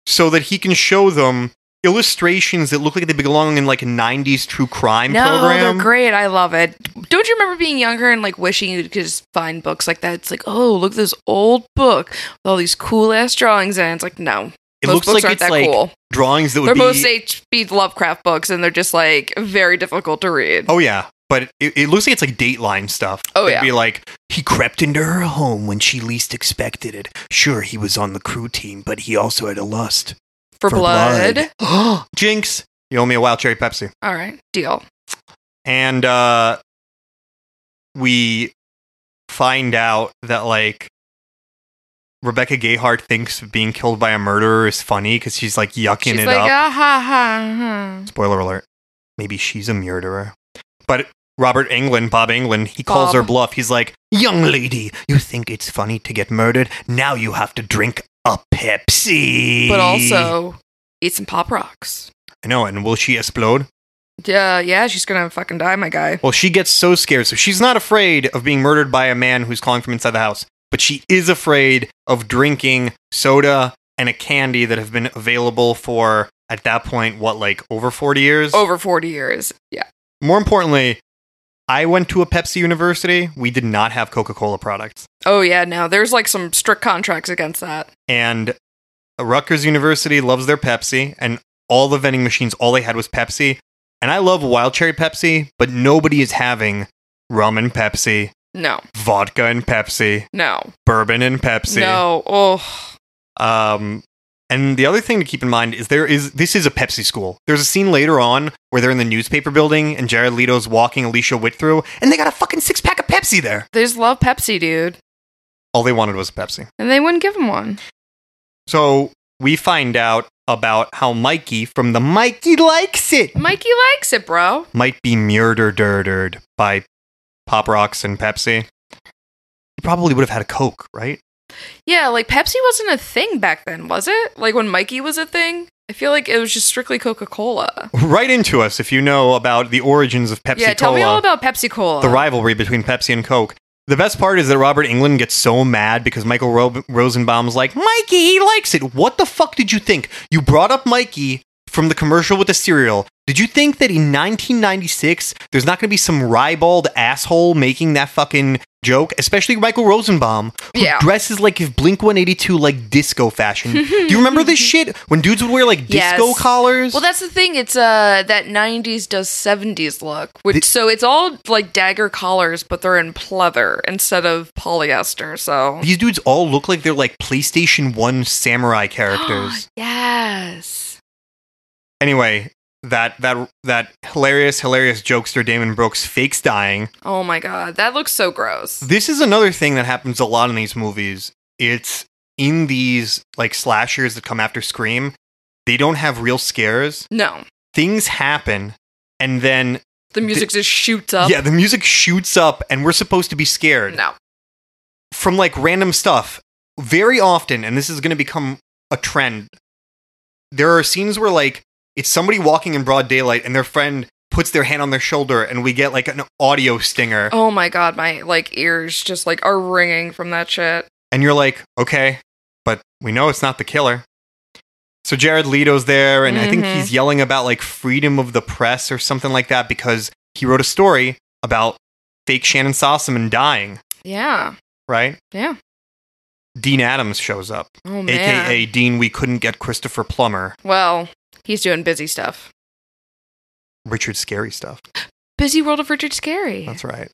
Speaker 1: so that he can show them illustrations that look like they belong in like a 90s true crime
Speaker 2: no,
Speaker 1: program.
Speaker 2: they're great. I love it. Don't you remember being younger and like wishing you could just find books like that? It's like, oh, look at this old book with all these cool ass drawings in it. It's like, no.
Speaker 1: It looks
Speaker 2: Most books
Speaker 1: like
Speaker 2: aren't
Speaker 1: it's
Speaker 2: that
Speaker 1: like
Speaker 2: cool.
Speaker 1: drawings that would
Speaker 2: They're
Speaker 1: be.
Speaker 2: most H.P. Lovecraft books, and they're just like very difficult to read.
Speaker 1: oh yeah, but it, it looks like it's like Dateline stuff.
Speaker 2: Oh,
Speaker 1: It'd
Speaker 2: yeah.
Speaker 1: be like
Speaker 4: He crept into her home when she least expected it. Sure, he was on the crew team, but he also had a lust.
Speaker 2: for,
Speaker 4: for
Speaker 2: blood.
Speaker 4: blood.
Speaker 1: Jinx, you owe me a wild cherry Pepsi,
Speaker 2: All right, deal.
Speaker 1: and uh, we find out that like Rebecca Gayhart thinks being killed by a murderer is funny because she's like yucking
Speaker 2: She's
Speaker 1: it
Speaker 2: like,
Speaker 1: up.
Speaker 2: ah ha ha. hmm." ha.
Speaker 1: Spoiler alert. Maybe she's a murderer. But Robert England, Bob England, he calls
Speaker 2: Bob.
Speaker 1: her bluff. He's like, Young lady, you think it's funny to get murdered? Now you have to drink a Pepsi.
Speaker 2: But also, eat some pop rocks.
Speaker 1: I know, and will she explode?
Speaker 2: Yeah, yeah, she's gonna fucking die, my guy.
Speaker 1: Well, she gets so scared. So she's not afraid of being murdered by a man who's calling from inside the house, but she is afraid of drinking soda and a candy that have been available for, at that point, what, like over 40 years?
Speaker 2: Over forty years. Yeah.
Speaker 1: more importantly, I went to a Pepsi university. We did not have Coca Cola products.
Speaker 2: Oh yeah. No, there's like some strict contracts against that.
Speaker 1: And Rutgers University loves their Pepsi, and all the vending machines, all they had was Pepsi. And I love wild cherry Pepsi, but nobody is having rum and Pepsi,
Speaker 2: No,
Speaker 1: vodka and Pepsi,
Speaker 2: no,
Speaker 1: bourbon and Pepsi.
Speaker 2: no. Oh,
Speaker 1: Um, and the other thing to keep in mind is there is this is a Pepsi school. There's a scene later on where they're in the newspaper building and Jared Leto's walking Alicia Witt through, and they got a fucking six pack of Pepsi there.
Speaker 2: they just love Pepsi, dude,
Speaker 1: All they wanted was a Pepsi.
Speaker 2: and they wouldn't give him one.
Speaker 1: So we find out about how Mikey from the Mikey Likes It
Speaker 2: Mikey likes it, bro.
Speaker 1: might be murdered by Pop Rocks and Pepsi. He probably would have had a Coke, right?
Speaker 2: Yeah, like Pepsi wasn't a thing back then, was it? Like when Mikey was a thing, I feel like it was just strictly Coca Cola.
Speaker 1: Right into us if you know about the origins of Pepsi
Speaker 2: Yeah, tell
Speaker 1: Cola,
Speaker 2: me all about Pepsi Cola.
Speaker 1: the rivalry between Pepsi and Coke. The best part is that Robert England gets so mad because Michael Ro- Rosenbaum's like, Mikey, he likes it. What the fuck did you think? You brought up Mikey from the commercial with the cereal. Did you think that in 1996 there's not going to be some ribald asshole making that fucking joke? Especially Michael Rosenbaum, who
Speaker 2: Yeah.
Speaker 1: dresses like if Blink 182 like disco fashion. Do you remember this shit when dudes would wear like disco
Speaker 2: Yes.
Speaker 1: collars?
Speaker 2: Well, that's the thing. It's uh that '90s does '70s look, which
Speaker 1: The-
Speaker 2: so it's all like dagger collars, but they're in pleather instead of polyester. So
Speaker 1: These dudes all look like they're like PlayStation 1 samurai characters.
Speaker 2: yes,
Speaker 1: anyway, that that that hilarious, hilarious jokester Damon Brooks fakes dying.
Speaker 2: oh my god, that looks so gross.
Speaker 1: This is another thing that happens a lot in these movies. It's in these like slashers that come after Scream, they don't have real scares.
Speaker 2: No,
Speaker 1: Things happen, and then
Speaker 2: the music just shoots up.
Speaker 1: yeah, the music shoots up, and we're supposed to be scared
Speaker 2: no,
Speaker 1: from like random stuff. Very often, and this is going to become a trend. There are scenes where like it's somebody walking in broad daylight, and their friend puts their hand on their shoulder, and we get like an audio stinger.
Speaker 2: oh my god, my like ears just like are ringing from that shit.
Speaker 1: and you're like, okay, but we know it's not the killer. So Jared Leto's there, and I think
Speaker 2: Mhm.
Speaker 1: he's yelling about like freedom of the press or something like that because he wrote a story about fake Shannon Sossaman dying,
Speaker 2: Yeah,
Speaker 1: right?
Speaker 2: yeah. Oh man.
Speaker 1: aka Dean. We couldn't get Christopher Plummer,
Speaker 2: well, he's doing busy stuff.
Speaker 1: Richard Scary stuff.
Speaker 2: Busy world of Richard Scary.
Speaker 1: That's right.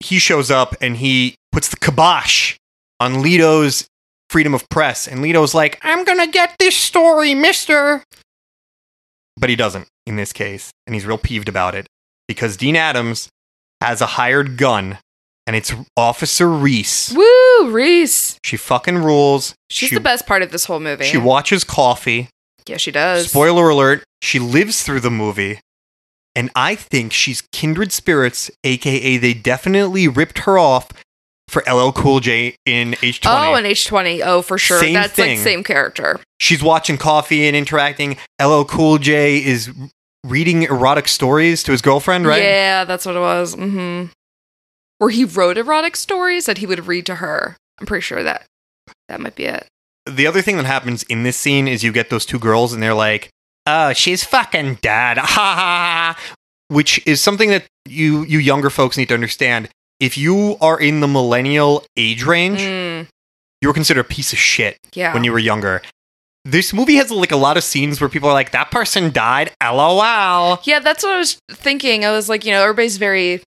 Speaker 1: He shows up and he puts the kibosh on Leto's freedom of press. And Leto's like, I'm going to get this story, mister. But he doesn't in this case. And he's real peeved about it because Dean Adams has a hired gun and it's Officer Reese.
Speaker 2: Woo, Reese.
Speaker 1: She fucking rules.
Speaker 2: She's
Speaker 1: she,
Speaker 2: the best part of this whole movie.
Speaker 1: She watches coffee.
Speaker 2: yeah, she does.
Speaker 1: Spoiler alert, she lives through the movie. And I think she's kindred spirits, aka they definitely ripped her off for LL Cool J in H20.
Speaker 2: Oh, and H20. Oh, for sure.
Speaker 1: Same
Speaker 2: That's
Speaker 1: thing.
Speaker 2: like same character.
Speaker 1: she's watching coffee and interacting. LL Cool J is reading erotic stories to his girlfriend, right?
Speaker 2: Yeah, that's what it was. hmm Where he wrote erotic stories that he would read to her. I'm pretty sure that that might be it.
Speaker 1: the other thing that happens in this scene is you get those two girls and they're like, "Oh, she's fucking dead," ha ha ha, ha," which is something that you you younger folks need to understand. If you are in the millennial age range,
Speaker 2: Mm,
Speaker 1: you were considered a piece of shit
Speaker 2: yeah.
Speaker 1: when you were younger. This movie has like a lot of scenes where people are like, "That person died," lol.
Speaker 2: yeah, that's what I was thinking. I was like, you know, everybody's very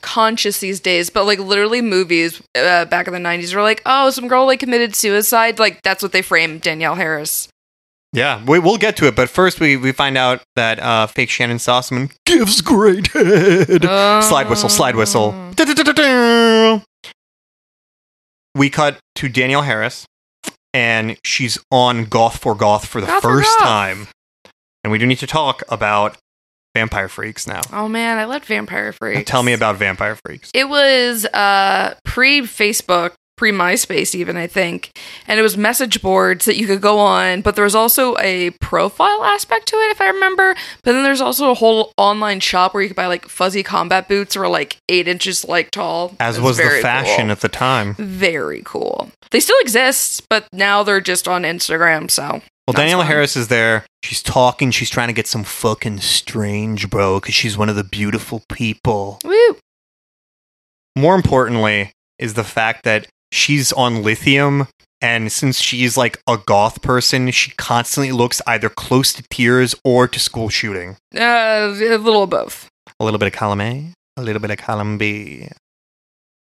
Speaker 2: conscious these days, but like literally movies uh, back in the 90s were like, oh, some girl like committed suicide. Like that's what they frame Danielle Harris.
Speaker 1: Yeah, we, we'll get to it, but first we we find out that uh, fake Shannon Sossaman gives great head. Slide whistle, slide whistle.
Speaker 2: Oh.
Speaker 1: Da-da-da-da-da. We cut to Danielle Harris, and she's on Goth for Goth for the
Speaker 2: Goth for
Speaker 1: first
Speaker 2: Goth.
Speaker 1: time. And we do need to talk about Vampire Freaks now.
Speaker 2: Oh man, I love Vampire
Speaker 1: Now
Speaker 2: Freaks.
Speaker 1: Tell me about Vampire Freaks.
Speaker 2: It was uh, pre Facebook, pre MySpace, even, I think. And it was message boards that you could go on, but there was also a profile aspect to it, if I remember. But then there's also a whole online shop where you could buy like fuzzy combat boots or like eight inches like tall.
Speaker 1: As
Speaker 2: It
Speaker 1: was the
Speaker 2: very
Speaker 1: fashion
Speaker 2: cool.
Speaker 1: at the time.
Speaker 2: very cool. They still exist, but now they're just on Instagram. So
Speaker 1: Well,
Speaker 2: That's
Speaker 1: Danielle
Speaker 2: fun.
Speaker 1: Harris is there. She's talking. She's trying to get some fucking strange, bro, because she's one of the beautiful people.
Speaker 2: woo,
Speaker 1: more importantly is the fact that she's on lithium and since she's like a goth person she constantly looks either close to tears or to school shooting
Speaker 2: uh, a little of both.
Speaker 1: a little bit of column a a little bit of column b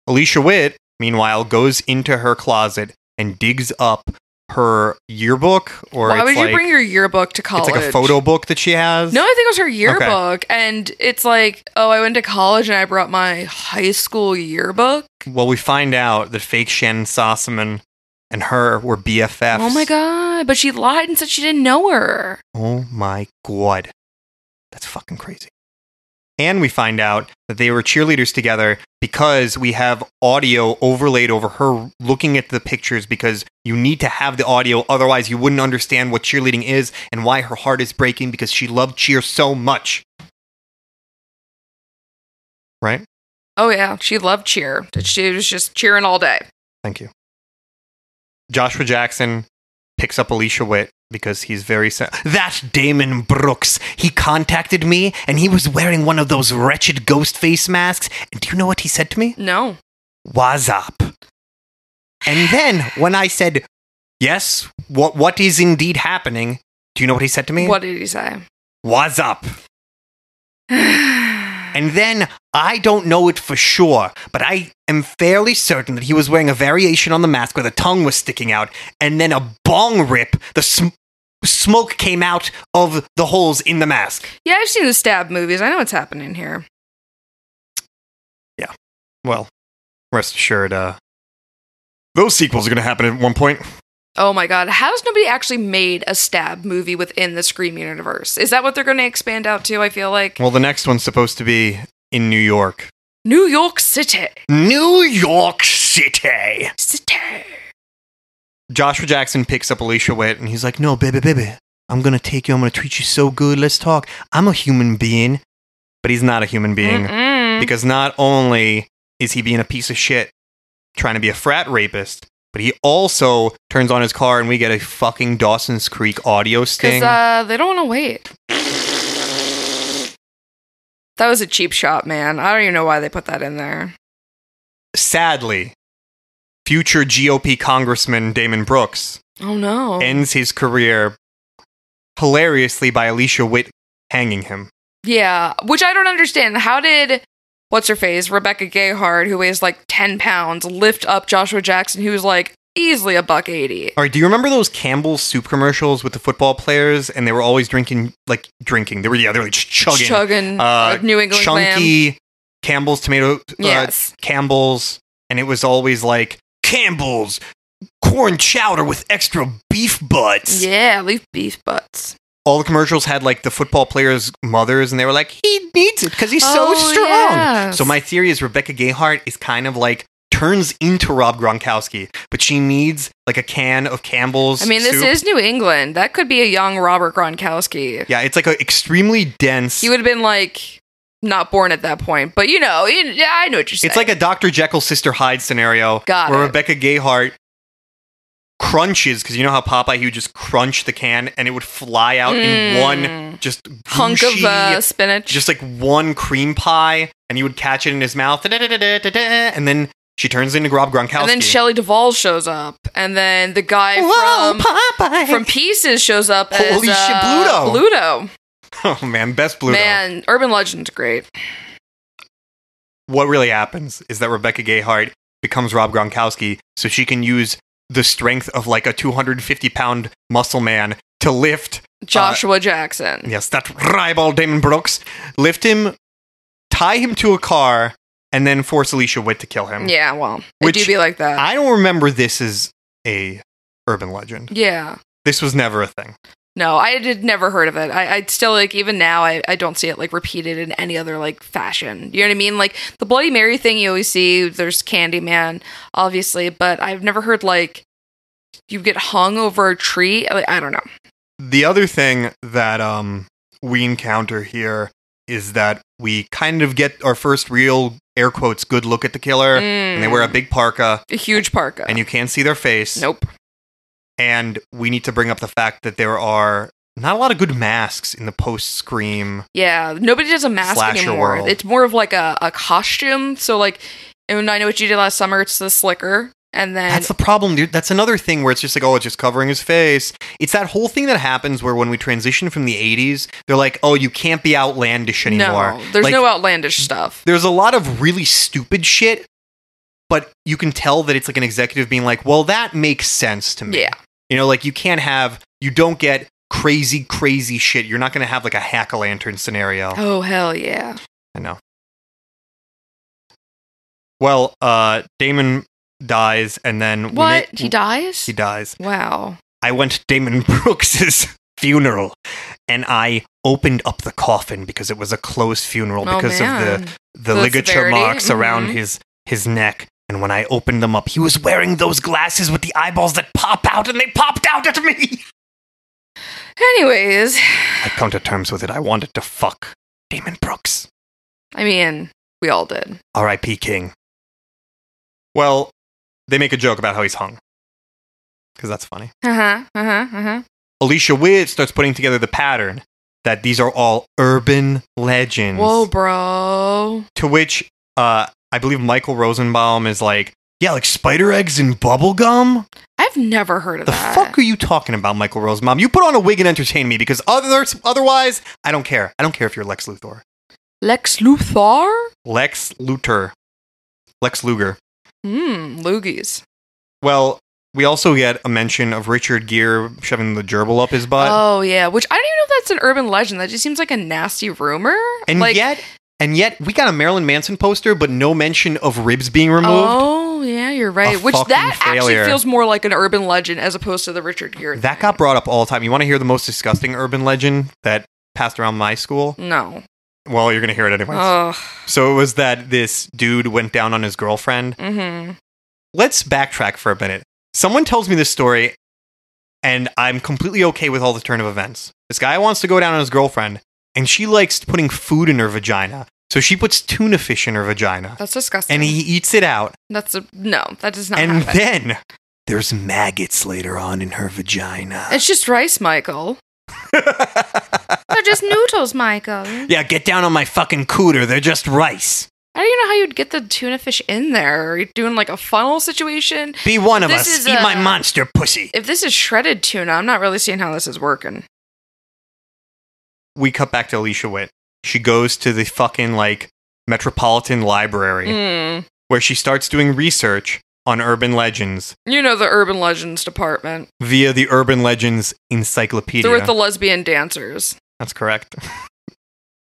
Speaker 1: alicia witt meanwhile goes into her closet and digs up her yearbook or
Speaker 2: Why
Speaker 1: it's
Speaker 2: would
Speaker 1: like,
Speaker 2: you bring your yearbook to college?
Speaker 1: it's like a photo book that she has
Speaker 2: No, I think it was her yearbook. And it's like, oh, I went to college and I brought my high school yearbook.
Speaker 1: well we find out that fake shannon sossaman and her were bffs
Speaker 2: Oh my God. But she lied and said she didn't know her.
Speaker 1: Oh my god. That's fucking crazy. And we find out that they were cheerleaders together because we have audio overlaid over her looking at the pictures because you need to have the audio, otherwise, you wouldn't understand what cheerleading is and why her heart is breaking because she loved cheer so much. Right?
Speaker 2: Oh, yeah. She loved cheer. She was just cheering all day.
Speaker 1: Thank you. Joshua Jackson picks up Alicia Witt because he's very. Se- that Damon Brooks. He contacted me and he was wearing one of those wretched ghost face masks. And do you know what he said to me?
Speaker 2: No.
Speaker 1: What's up? And then when I said, yes, what what is indeed happening? Do you know what he said to me?
Speaker 2: What did he say?
Speaker 1: What's up? And then I don't know it for sure, but I am fairly certain that he was wearing a variation on the mask where the tongue was sticking out, and then a bong rip. The sm- smoke came out of the holes in the mask.
Speaker 2: yeah, I've seen the stab movies. I know what's happening here.
Speaker 1: Well, rest assured, uh, those sequels are going to happen at one point.
Speaker 2: Oh my God. How's nobody actually made a stab movie within the Scream universe? Is that what they're going to expand out to? I feel like
Speaker 1: Well, the next one's supposed to be in New York.
Speaker 2: New York City.
Speaker 1: New York City.
Speaker 2: City.
Speaker 1: Joshua Jackson picks up Alicia Witt and he's like, No, baby, baby, I'm going to take you. I'm going to treat you so good. Let's talk. I'm a human being. But he's not a human being
Speaker 2: Mm-mm.
Speaker 1: because not only is he being a piece of shit trying to be a frat rapist, but he also turns on his car and we get a fucking Dawson's Creek audio
Speaker 2: Because
Speaker 1: sting.
Speaker 2: uh, they don't want to wait. That was a cheap shot, man. I don't even know why they put that in there.
Speaker 1: Sadly, future GOP Congressman Damon Brooks
Speaker 2: Oh no.
Speaker 1: ends his career hilariously by Alicia Witt hanging him.
Speaker 2: yeah, which I don't understand. How did what's her face, Rebecca Gayhard, who weighs like ten pounds, lift up Joshua Jackson, who's like easily a buck eighty?
Speaker 1: All right, do you remember those Campbell's soup commercials with the football players and they were always drinking like drinking. They were yeah, they were like just chugging
Speaker 2: Chugging
Speaker 1: Uh,
Speaker 2: uh, New England
Speaker 1: chunky Campbell's tomato. Uh,
Speaker 2: Yes.
Speaker 1: Campbell's, and it was always like Campbell's corn chowder with extra beef butts.
Speaker 2: Yeah, leaf beef butts.
Speaker 1: All the commercials had like the football players' mothers, and they were like, "He needs it because he's so
Speaker 2: Oh,
Speaker 1: strong."
Speaker 2: yes.
Speaker 1: So my theory is Rebecca Gayheart is kind of like turns into Rob Gronkowski, but she needs like a can of Campbell's.
Speaker 2: I mean, this
Speaker 1: soup.
Speaker 2: is New England. That could be a young Robert Gronkowski.
Speaker 1: yeah, it's like an extremely dense.
Speaker 2: He would have been like not born at that point, but you know, you- yeah, I know what you're saying.
Speaker 1: It's like a Dr. Jekyll, Sister Hyde scenario
Speaker 2: Got
Speaker 1: where
Speaker 2: it.
Speaker 1: Rebecca Gayheart crunches because you know how Popeye he would just crunch the can and it would fly out in
Speaker 2: Mm.
Speaker 1: one just
Speaker 2: hunk of
Speaker 1: gooshy-
Speaker 2: uh, spinach.
Speaker 1: just like one cream pie and he would catch it in his mouth da-da-da-da-da-da, and then she turns into Rob Gronkowski.
Speaker 2: and then Shelley Duvall shows up, and then the guy from
Speaker 1: Popeye!
Speaker 2: from Pieces shows up as
Speaker 1: Holy shit,
Speaker 2: uh,
Speaker 1: Bluto.
Speaker 2: Bluto.
Speaker 1: oh man, best Pluto.
Speaker 2: Man, Urban Legend's great.
Speaker 1: What really happens is that Rebecca Gayheart becomes Rob Gronkowski so she can use the strength of like a 250 pound muscle man to lift Uh,
Speaker 2: Joshua Jackson.
Speaker 1: Yes, that ribald Damon Brooks. Lift him, tie him to a car, and then force Alicia Witt to kill him.
Speaker 2: Yeah, well,
Speaker 1: Which
Speaker 2: it do be like that.
Speaker 1: I don't remember this as a urban legend.
Speaker 2: yeah.
Speaker 1: This was never a thing.
Speaker 2: No, I had never heard of it. I, I still like even now I, I don't see it like repeated in any other like fashion. You know what I mean? Like the Bloody Mary thing you always see, there's Candyman, obviously, but I've never heard like you get hung over a tree. Like, I don't know.
Speaker 1: The other thing that um, we encounter here is that we kind of get our first real air quotes good look at the
Speaker 2: Mm.
Speaker 1: killer, and they wear a big parka,
Speaker 2: a huge parka.
Speaker 1: and you can't see their face.
Speaker 2: nope.
Speaker 1: And we need to bring up the fact that there are not a lot of good masks in the post scream
Speaker 2: Yeah. Nobody does a mask
Speaker 1: Slasher
Speaker 2: anymore.
Speaker 1: world.
Speaker 2: It's more of like a, a costume. So like and I know what you did last summer, it's the slicker. And then
Speaker 1: That's the problem, dude. That's another thing where it's just like, oh, it's just covering his face. It's that whole thing that happens where when we transition from the 80s, they're like, oh, you can't be outlandish anymore.
Speaker 2: No, there's
Speaker 1: Like,
Speaker 2: no outlandish stuff.
Speaker 1: There's a lot of really stupid shit, but you can tell that it's like an executive being like, well, that makes sense to me.
Speaker 2: Yeah.
Speaker 1: You know, like you can't have, you don't get crazy, crazy shit. You're not going to have like a hack a lantern scenario.
Speaker 2: Oh hell yeah.
Speaker 1: I know. Well, uh, Damon dies and then we
Speaker 2: What?
Speaker 1: make-
Speaker 2: he dies?
Speaker 1: He dies.
Speaker 2: Wow.
Speaker 1: I went to Damon Brooks's funeral and I opened up the coffin because it was a closed funeral
Speaker 2: Oh,
Speaker 1: because of
Speaker 2: man.
Speaker 1: the the,
Speaker 2: The
Speaker 1: ligature
Speaker 2: severity?
Speaker 1: marks around
Speaker 2: Mhm.
Speaker 1: his his neck. And when I opened them up, he was wearing those glasses with the eyeballs that pop out, and they popped out at me.
Speaker 2: Anyways,
Speaker 1: I come to terms with it. I wanted to fuck Damon Brooks.
Speaker 2: I mean, we all did.
Speaker 1: R.I.P. King. Well, they make a joke about how he's hung because that's funny.
Speaker 2: Uh huh. Uh huh. Uh huh.
Speaker 1: Alicia Witt starts putting together the pattern that these are all urban legends.
Speaker 2: Whoa, bro.
Speaker 1: To which uh, I believe Michael Rosenbaum is like, yeah, like spider eggs and bubblegum?
Speaker 2: I've never heard of
Speaker 1: The
Speaker 2: that.
Speaker 1: fuck are you talking about, Michael Rosenbaum? You put on a wig and entertain me because others, otherwise, I don't care. I don't care if you're Lex Luthor.
Speaker 2: Lex Luthor?
Speaker 1: Lex Luthor. Lex Luger.
Speaker 2: Hmm. Loogies.
Speaker 1: Well, we also get a mention of Richard Gere shoving the gerbil up his butt.
Speaker 2: oh yeah. Which I don't even know if that's an urban legend. That just seems like a nasty rumor.
Speaker 1: and
Speaker 2: like,
Speaker 1: yet, and yet, we got a Marilyn Manson poster, but no mention of ribs being removed.
Speaker 2: Oh yeah, you're right.
Speaker 1: A
Speaker 2: Which
Speaker 1: fucking
Speaker 2: that
Speaker 1: failure.
Speaker 2: actually feels more like an urban legend as opposed to the Richard Gere.
Speaker 1: That
Speaker 2: thing.
Speaker 1: got brought up all the time. You want to hear the most disgusting urban legend that passed around my school?
Speaker 2: no.
Speaker 1: Well, you're going to hear it anyways.
Speaker 2: Ugh.
Speaker 1: so it was that this dude went down on his girlfriend.
Speaker 2: Mm-hmm.
Speaker 1: Let's backtrack for a minute. Someone tells me this story, and I'm completely okay with all the turn of events. This guy wants to go down on his girlfriend, and she likes putting food in her vagina. So she puts tuna fish in her vagina,
Speaker 2: That's disgusting.
Speaker 1: and he eats it out.
Speaker 2: That's a no. That does not.
Speaker 1: and
Speaker 2: happen.
Speaker 1: then
Speaker 4: There's maggots later on in her vagina.
Speaker 2: it's just rice, Michael. They're just noodles, Michael.
Speaker 4: Yeah, get down on my fucking cooter. They're just rice.
Speaker 2: I don't even know how you'd get the tuna fish in there. Are you doing like a funnel situation?
Speaker 4: Be one of
Speaker 2: This
Speaker 4: us.
Speaker 2: is,
Speaker 4: Eat my
Speaker 2: uh,
Speaker 4: monster pussy.
Speaker 2: If this is shredded tuna, I'm not really seeing how this is working.
Speaker 1: we cut back to Alicia Witt. She goes to the fucking like Metropolitan Library
Speaker 2: Mm.
Speaker 1: where she starts doing research on urban legends
Speaker 2: Hmm. You know the urban legends department.
Speaker 1: via the Urban Legends Encyclopedia.
Speaker 2: They're with the lesbian dancers.
Speaker 1: That's correct.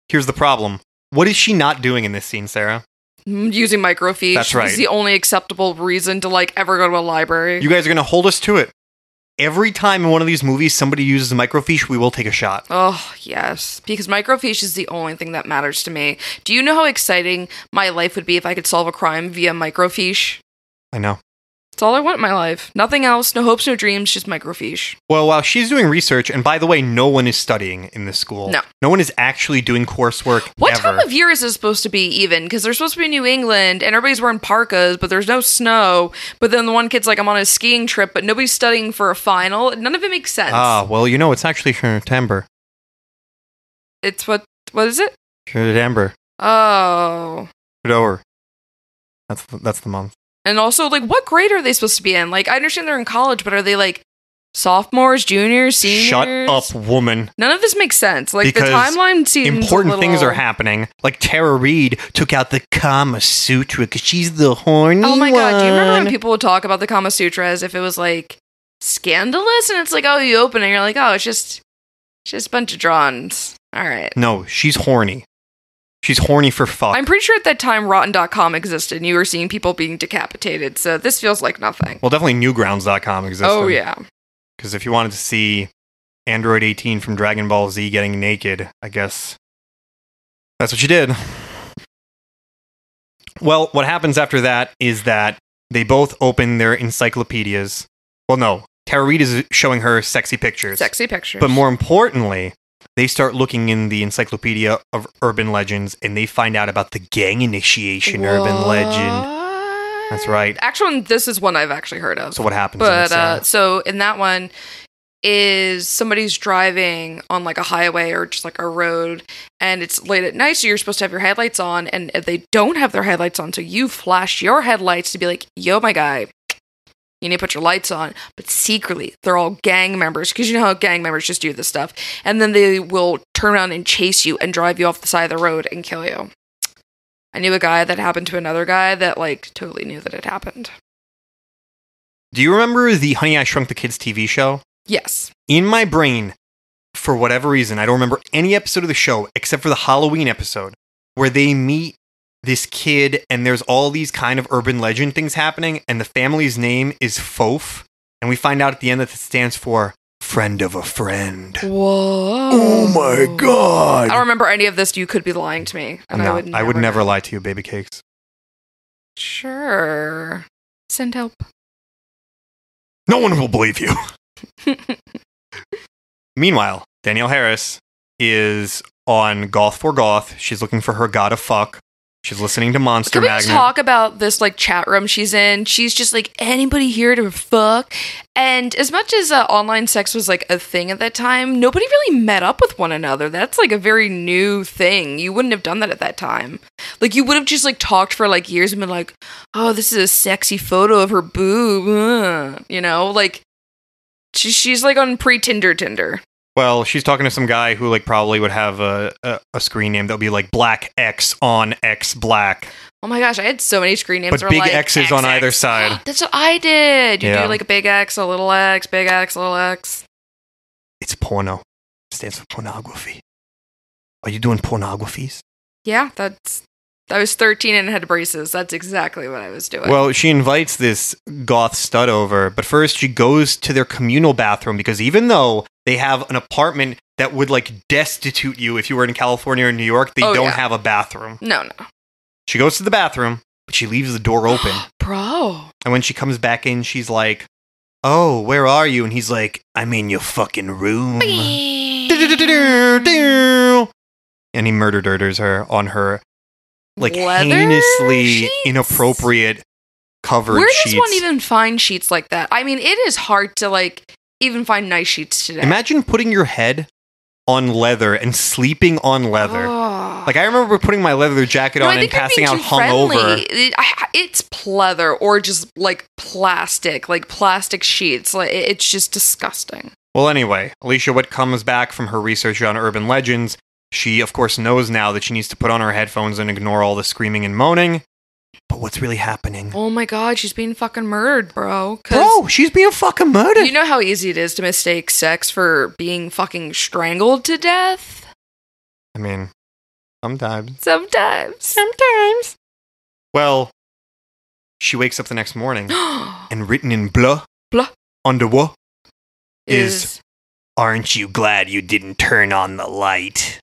Speaker 1: Here's the problem. What is she not doing in this scene, Sarah?
Speaker 2: using microfiche.
Speaker 1: That's right.
Speaker 2: It's the only acceptable reason to like ever go to a library.
Speaker 1: You guys are going to hold us to it. Every time in one of these movies somebody uses microfiche, we will take a shot.
Speaker 2: Oh, yes. Because microfiche is the only thing that matters to me. Do you know how exciting my life would be if I could solve a crime via microfiche?
Speaker 1: I know.
Speaker 2: It's all I want in my life. Nothing else. No hopes, no dreams, just microfiche.
Speaker 1: Well, while she's doing research, and by the way, no one is studying in this school.
Speaker 2: No.
Speaker 1: No one is actually doing coursework
Speaker 2: What
Speaker 1: ever.
Speaker 2: time of year is this supposed to be even? Because they're supposed to be in New England and everybody's wearing parkas, but there's no snow. But then the one kid's like, I'm on a skiing trip, but nobody's studying for a final. None of it makes sense.
Speaker 1: ah, well, you know, it's actually September.
Speaker 2: It's what, what is it?
Speaker 1: September.
Speaker 2: Oh.
Speaker 1: October. That's the, that's the month.
Speaker 2: And also, like, what grade are they supposed to be in? Like, I understand they're in college, but are they like sophomores, juniors, seniors?
Speaker 1: Shut up, woman.
Speaker 2: None of this makes sense. Like,
Speaker 1: Because
Speaker 2: the timeline seems a
Speaker 1: Important things
Speaker 2: little-
Speaker 1: are happening. Like Tara Reed took out the Kama Sutra because she's the horny
Speaker 2: Oh my god! Do you remember
Speaker 1: one.
Speaker 2: when people would talk about the Kama Sutra as if it was like scandalous? And it's like, oh, you open it, and you're like, oh, it's just, it's just a bunch of drawings. All right.
Speaker 1: No, she's horny. She's horny for fuck.
Speaker 2: I'm pretty sure at that time Rotten.com existed and you were seeing people being decapitated, so this feels like nothing.
Speaker 1: well, definitely newgrounds.com exists.
Speaker 2: Oh, yeah.
Speaker 1: Because if you wanted to see Android 18 from Dragon Ball Z getting naked, I guess that's what you did. Well, what happens after that is that they both open their encyclopedias. Well, no, Tara Reid is showing her sexy pictures.
Speaker 2: Sexy pictures.
Speaker 1: But more importantly, they start looking in the Encyclopedia of Urban Legends and they find out about the gang initiation urban legend. That's right.
Speaker 2: Actually, and this is one I've actually heard of.
Speaker 1: So what happens? in
Speaker 2: but
Speaker 1: this, uh,
Speaker 2: uh, so in that one is somebody's driving on like a highway or just like a road, and it's late at night, so you're supposed to have your headlights on, and if they don't have their headlights on, so you flash your headlights to be like, "Yo, my guy." You need to put your lights on, but secretly they're all gang members because you know how gang members just do this stuff, and then they will turn around and chase you and drive you off the side of the road and kill you. I knew a guy that happened to another guy that like totally knew that it happened.
Speaker 1: do you remember the Honey I Shrunk the Kids TV show?
Speaker 2: Yes,
Speaker 1: in my brain, for whatever reason, I don't remember any episode of the show except for the Halloween episode where they meet this kid and there's all these kind of urban legend things happening, and the family's name is Fof, and we find out at the end that it stands for friend of a friend.
Speaker 2: Whoa.
Speaker 4: Oh my
Speaker 2: I
Speaker 4: god!
Speaker 2: don't remember any of this. You could be lying to me. And I
Speaker 1: No,
Speaker 2: would never.
Speaker 1: never lie to you, baby cakes.
Speaker 2: Sure. Send help.
Speaker 1: No one will believe you. Meanwhile, Danielle Harris is on Goth for Goth. She's looking for her god of fuck. She's listening to Monster
Speaker 2: Could we
Speaker 1: Magnet.
Speaker 2: just talk about this like chat room she's in? She's just like anybody here to fuck. And as much as uh, online sex was like a thing at that time, nobody really met up with one another. That's like a very new thing. You wouldn't have done that at that time. Like you would have just like talked for like years and been like, "Oh, this is a sexy photo of her boob," uh," you know, like. she- She's like on pre Tinder Tinder.
Speaker 1: Well, she's talking to some guy who like probably would have a, a, a screen name that would be like Black X on X Black,
Speaker 2: Oh my gosh, I had so many screen names.
Speaker 1: but
Speaker 2: that were
Speaker 1: big
Speaker 2: like,
Speaker 1: X's on
Speaker 2: XX.
Speaker 1: either side.
Speaker 2: That's what I did. You
Speaker 1: Yeah.
Speaker 2: do like a big X, a little X, big X, little X.
Speaker 1: It's porno. stands for pornography. Are you doing pornographies?
Speaker 2: Yeah, that's. I was 13 and had braces. That's exactly what I was doing.
Speaker 1: Well, she invites this goth stud over, but first she goes to their communal bathroom because even though they have an apartment that would like destitute you if you were in California or New York, they
Speaker 2: Oh,
Speaker 1: don't
Speaker 2: yeah.
Speaker 1: have a bathroom.
Speaker 2: no, no,
Speaker 1: She goes to the bathroom, but she leaves the door open. Um,
Speaker 2: bro.
Speaker 1: And when she comes back in, she's like, "Oh, where are you?" And he's like,
Speaker 4: I'm in your fucking room.
Speaker 1: "Do-do-do-do-do." And he murder dirters her on her like
Speaker 2: Leather
Speaker 1: heinously
Speaker 2: sheets?
Speaker 1: inappropriate covered
Speaker 2: Where
Speaker 1: sheets.
Speaker 2: does one even find sheets like that? I mean, it is hard to like even find nice sheets today.
Speaker 1: Imagine putting your head on leather and sleeping on leather.
Speaker 2: Oh.
Speaker 1: Like I remember putting my leather jacket
Speaker 2: No,
Speaker 1: on
Speaker 2: I
Speaker 1: and
Speaker 2: think you're
Speaker 1: passing
Speaker 2: being
Speaker 1: out
Speaker 2: too friendly.
Speaker 1: hungover.
Speaker 2: It- I- it's pleather or just like plastic, like plastic sheets. Like it- it's just disgusting.
Speaker 1: Well, anyway, Alicia Witt comes back from her research on urban legends. She, of course, knows now that she needs to put on her headphones and ignore all the screaming and moaning. But what's really happening?
Speaker 2: Oh my god, she's being fucking murdered, bro. 'Cause
Speaker 1: Bro, she's being fucking murdered.
Speaker 2: you know how easy it is to mistake sex for being fucking strangled to death?
Speaker 1: I mean, sometimes.
Speaker 2: Sometimes.
Speaker 1: Sometimes. Well, she wakes up the next morning and written in blah,
Speaker 2: Blah.
Speaker 1: under what? Is-
Speaker 2: is
Speaker 4: Aren't you glad you didn't turn on the light?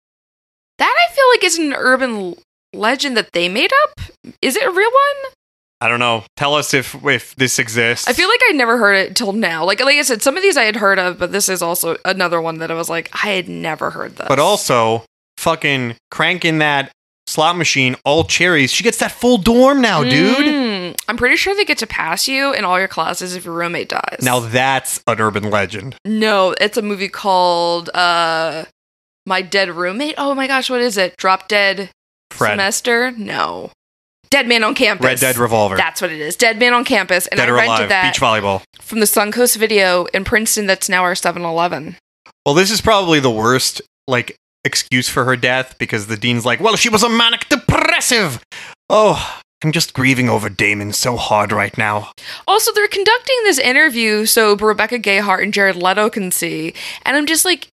Speaker 2: that I feel like is an urban l- legend that they made up. Is it a real one?
Speaker 1: I don't know. Tell us if if this exists.
Speaker 2: I feel like I never heard it till now. Like like I said, some of these I had heard of, but this is also another one that I was like, I had never heard this.
Speaker 1: But also, fucking cranking that slot machine, all cherries. She gets that full dorm now, dude.
Speaker 2: Mm, I'm pretty sure they get to pass you in all your classes if your roommate dies.
Speaker 1: Now that's an urban legend.
Speaker 2: No, it's a movie called uh My Dead Roommate. Oh my gosh, what is it? Drop Dead
Speaker 1: Fred.
Speaker 2: Semester? No. Dead Man on Campus.
Speaker 1: Red Dead Revolver.
Speaker 2: That's what it is. Dead Man on Campus. And
Speaker 1: Dead
Speaker 2: I
Speaker 1: or
Speaker 2: rented
Speaker 1: Alive.
Speaker 2: that
Speaker 1: Beach volleyball.
Speaker 2: from the Suncoast video in Princeton that's now our 7 Eleven.
Speaker 1: Well, this is probably the worst like excuse for her death because the dean's like, "Well, she was a manic depressive." Oh, I'm just grieving over Damon so hard right now.
Speaker 2: Also, they're conducting this interview so Rebecca Gayhart and Jared Leto can see. And I'm just like,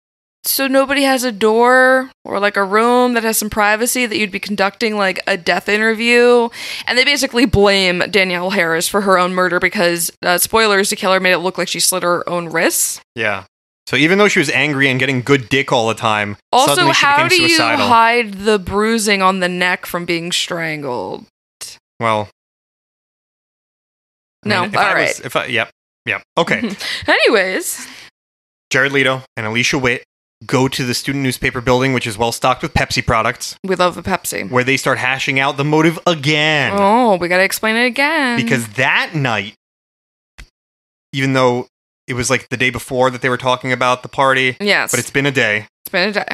Speaker 2: so nobody has a door or like a room that has some privacy that you'd be conducting like a death interview. And they basically blame Danielle Harris for her own murder because, uh, spoilers, the killer made it look like she slit her own wrists.
Speaker 1: Yeah. So even though she was angry and getting good dick all the time,
Speaker 2: Also,
Speaker 1: suddenly she
Speaker 2: how
Speaker 1: became
Speaker 2: do you
Speaker 1: suicidal.
Speaker 2: hide the bruising on the neck from being strangled?
Speaker 1: well, I
Speaker 2: No, Mm-hmm.
Speaker 1: mean, if
Speaker 2: all
Speaker 1: I
Speaker 2: right.
Speaker 1: was- if I, yep, yep. Okay.
Speaker 2: Anyways,
Speaker 1: Jared Leto and Alicia Witt go to the student newspaper building, which is well stocked with Pepsi products,
Speaker 2: we love a Pepsi.
Speaker 1: where they start hashing out the motive again.
Speaker 2: Oh, mm-hmm. we gotta explain it again.
Speaker 1: Because that night, even though it was like the day before that they were talking about the party,
Speaker 2: yes,
Speaker 1: but it's been a day,
Speaker 2: it's been a day.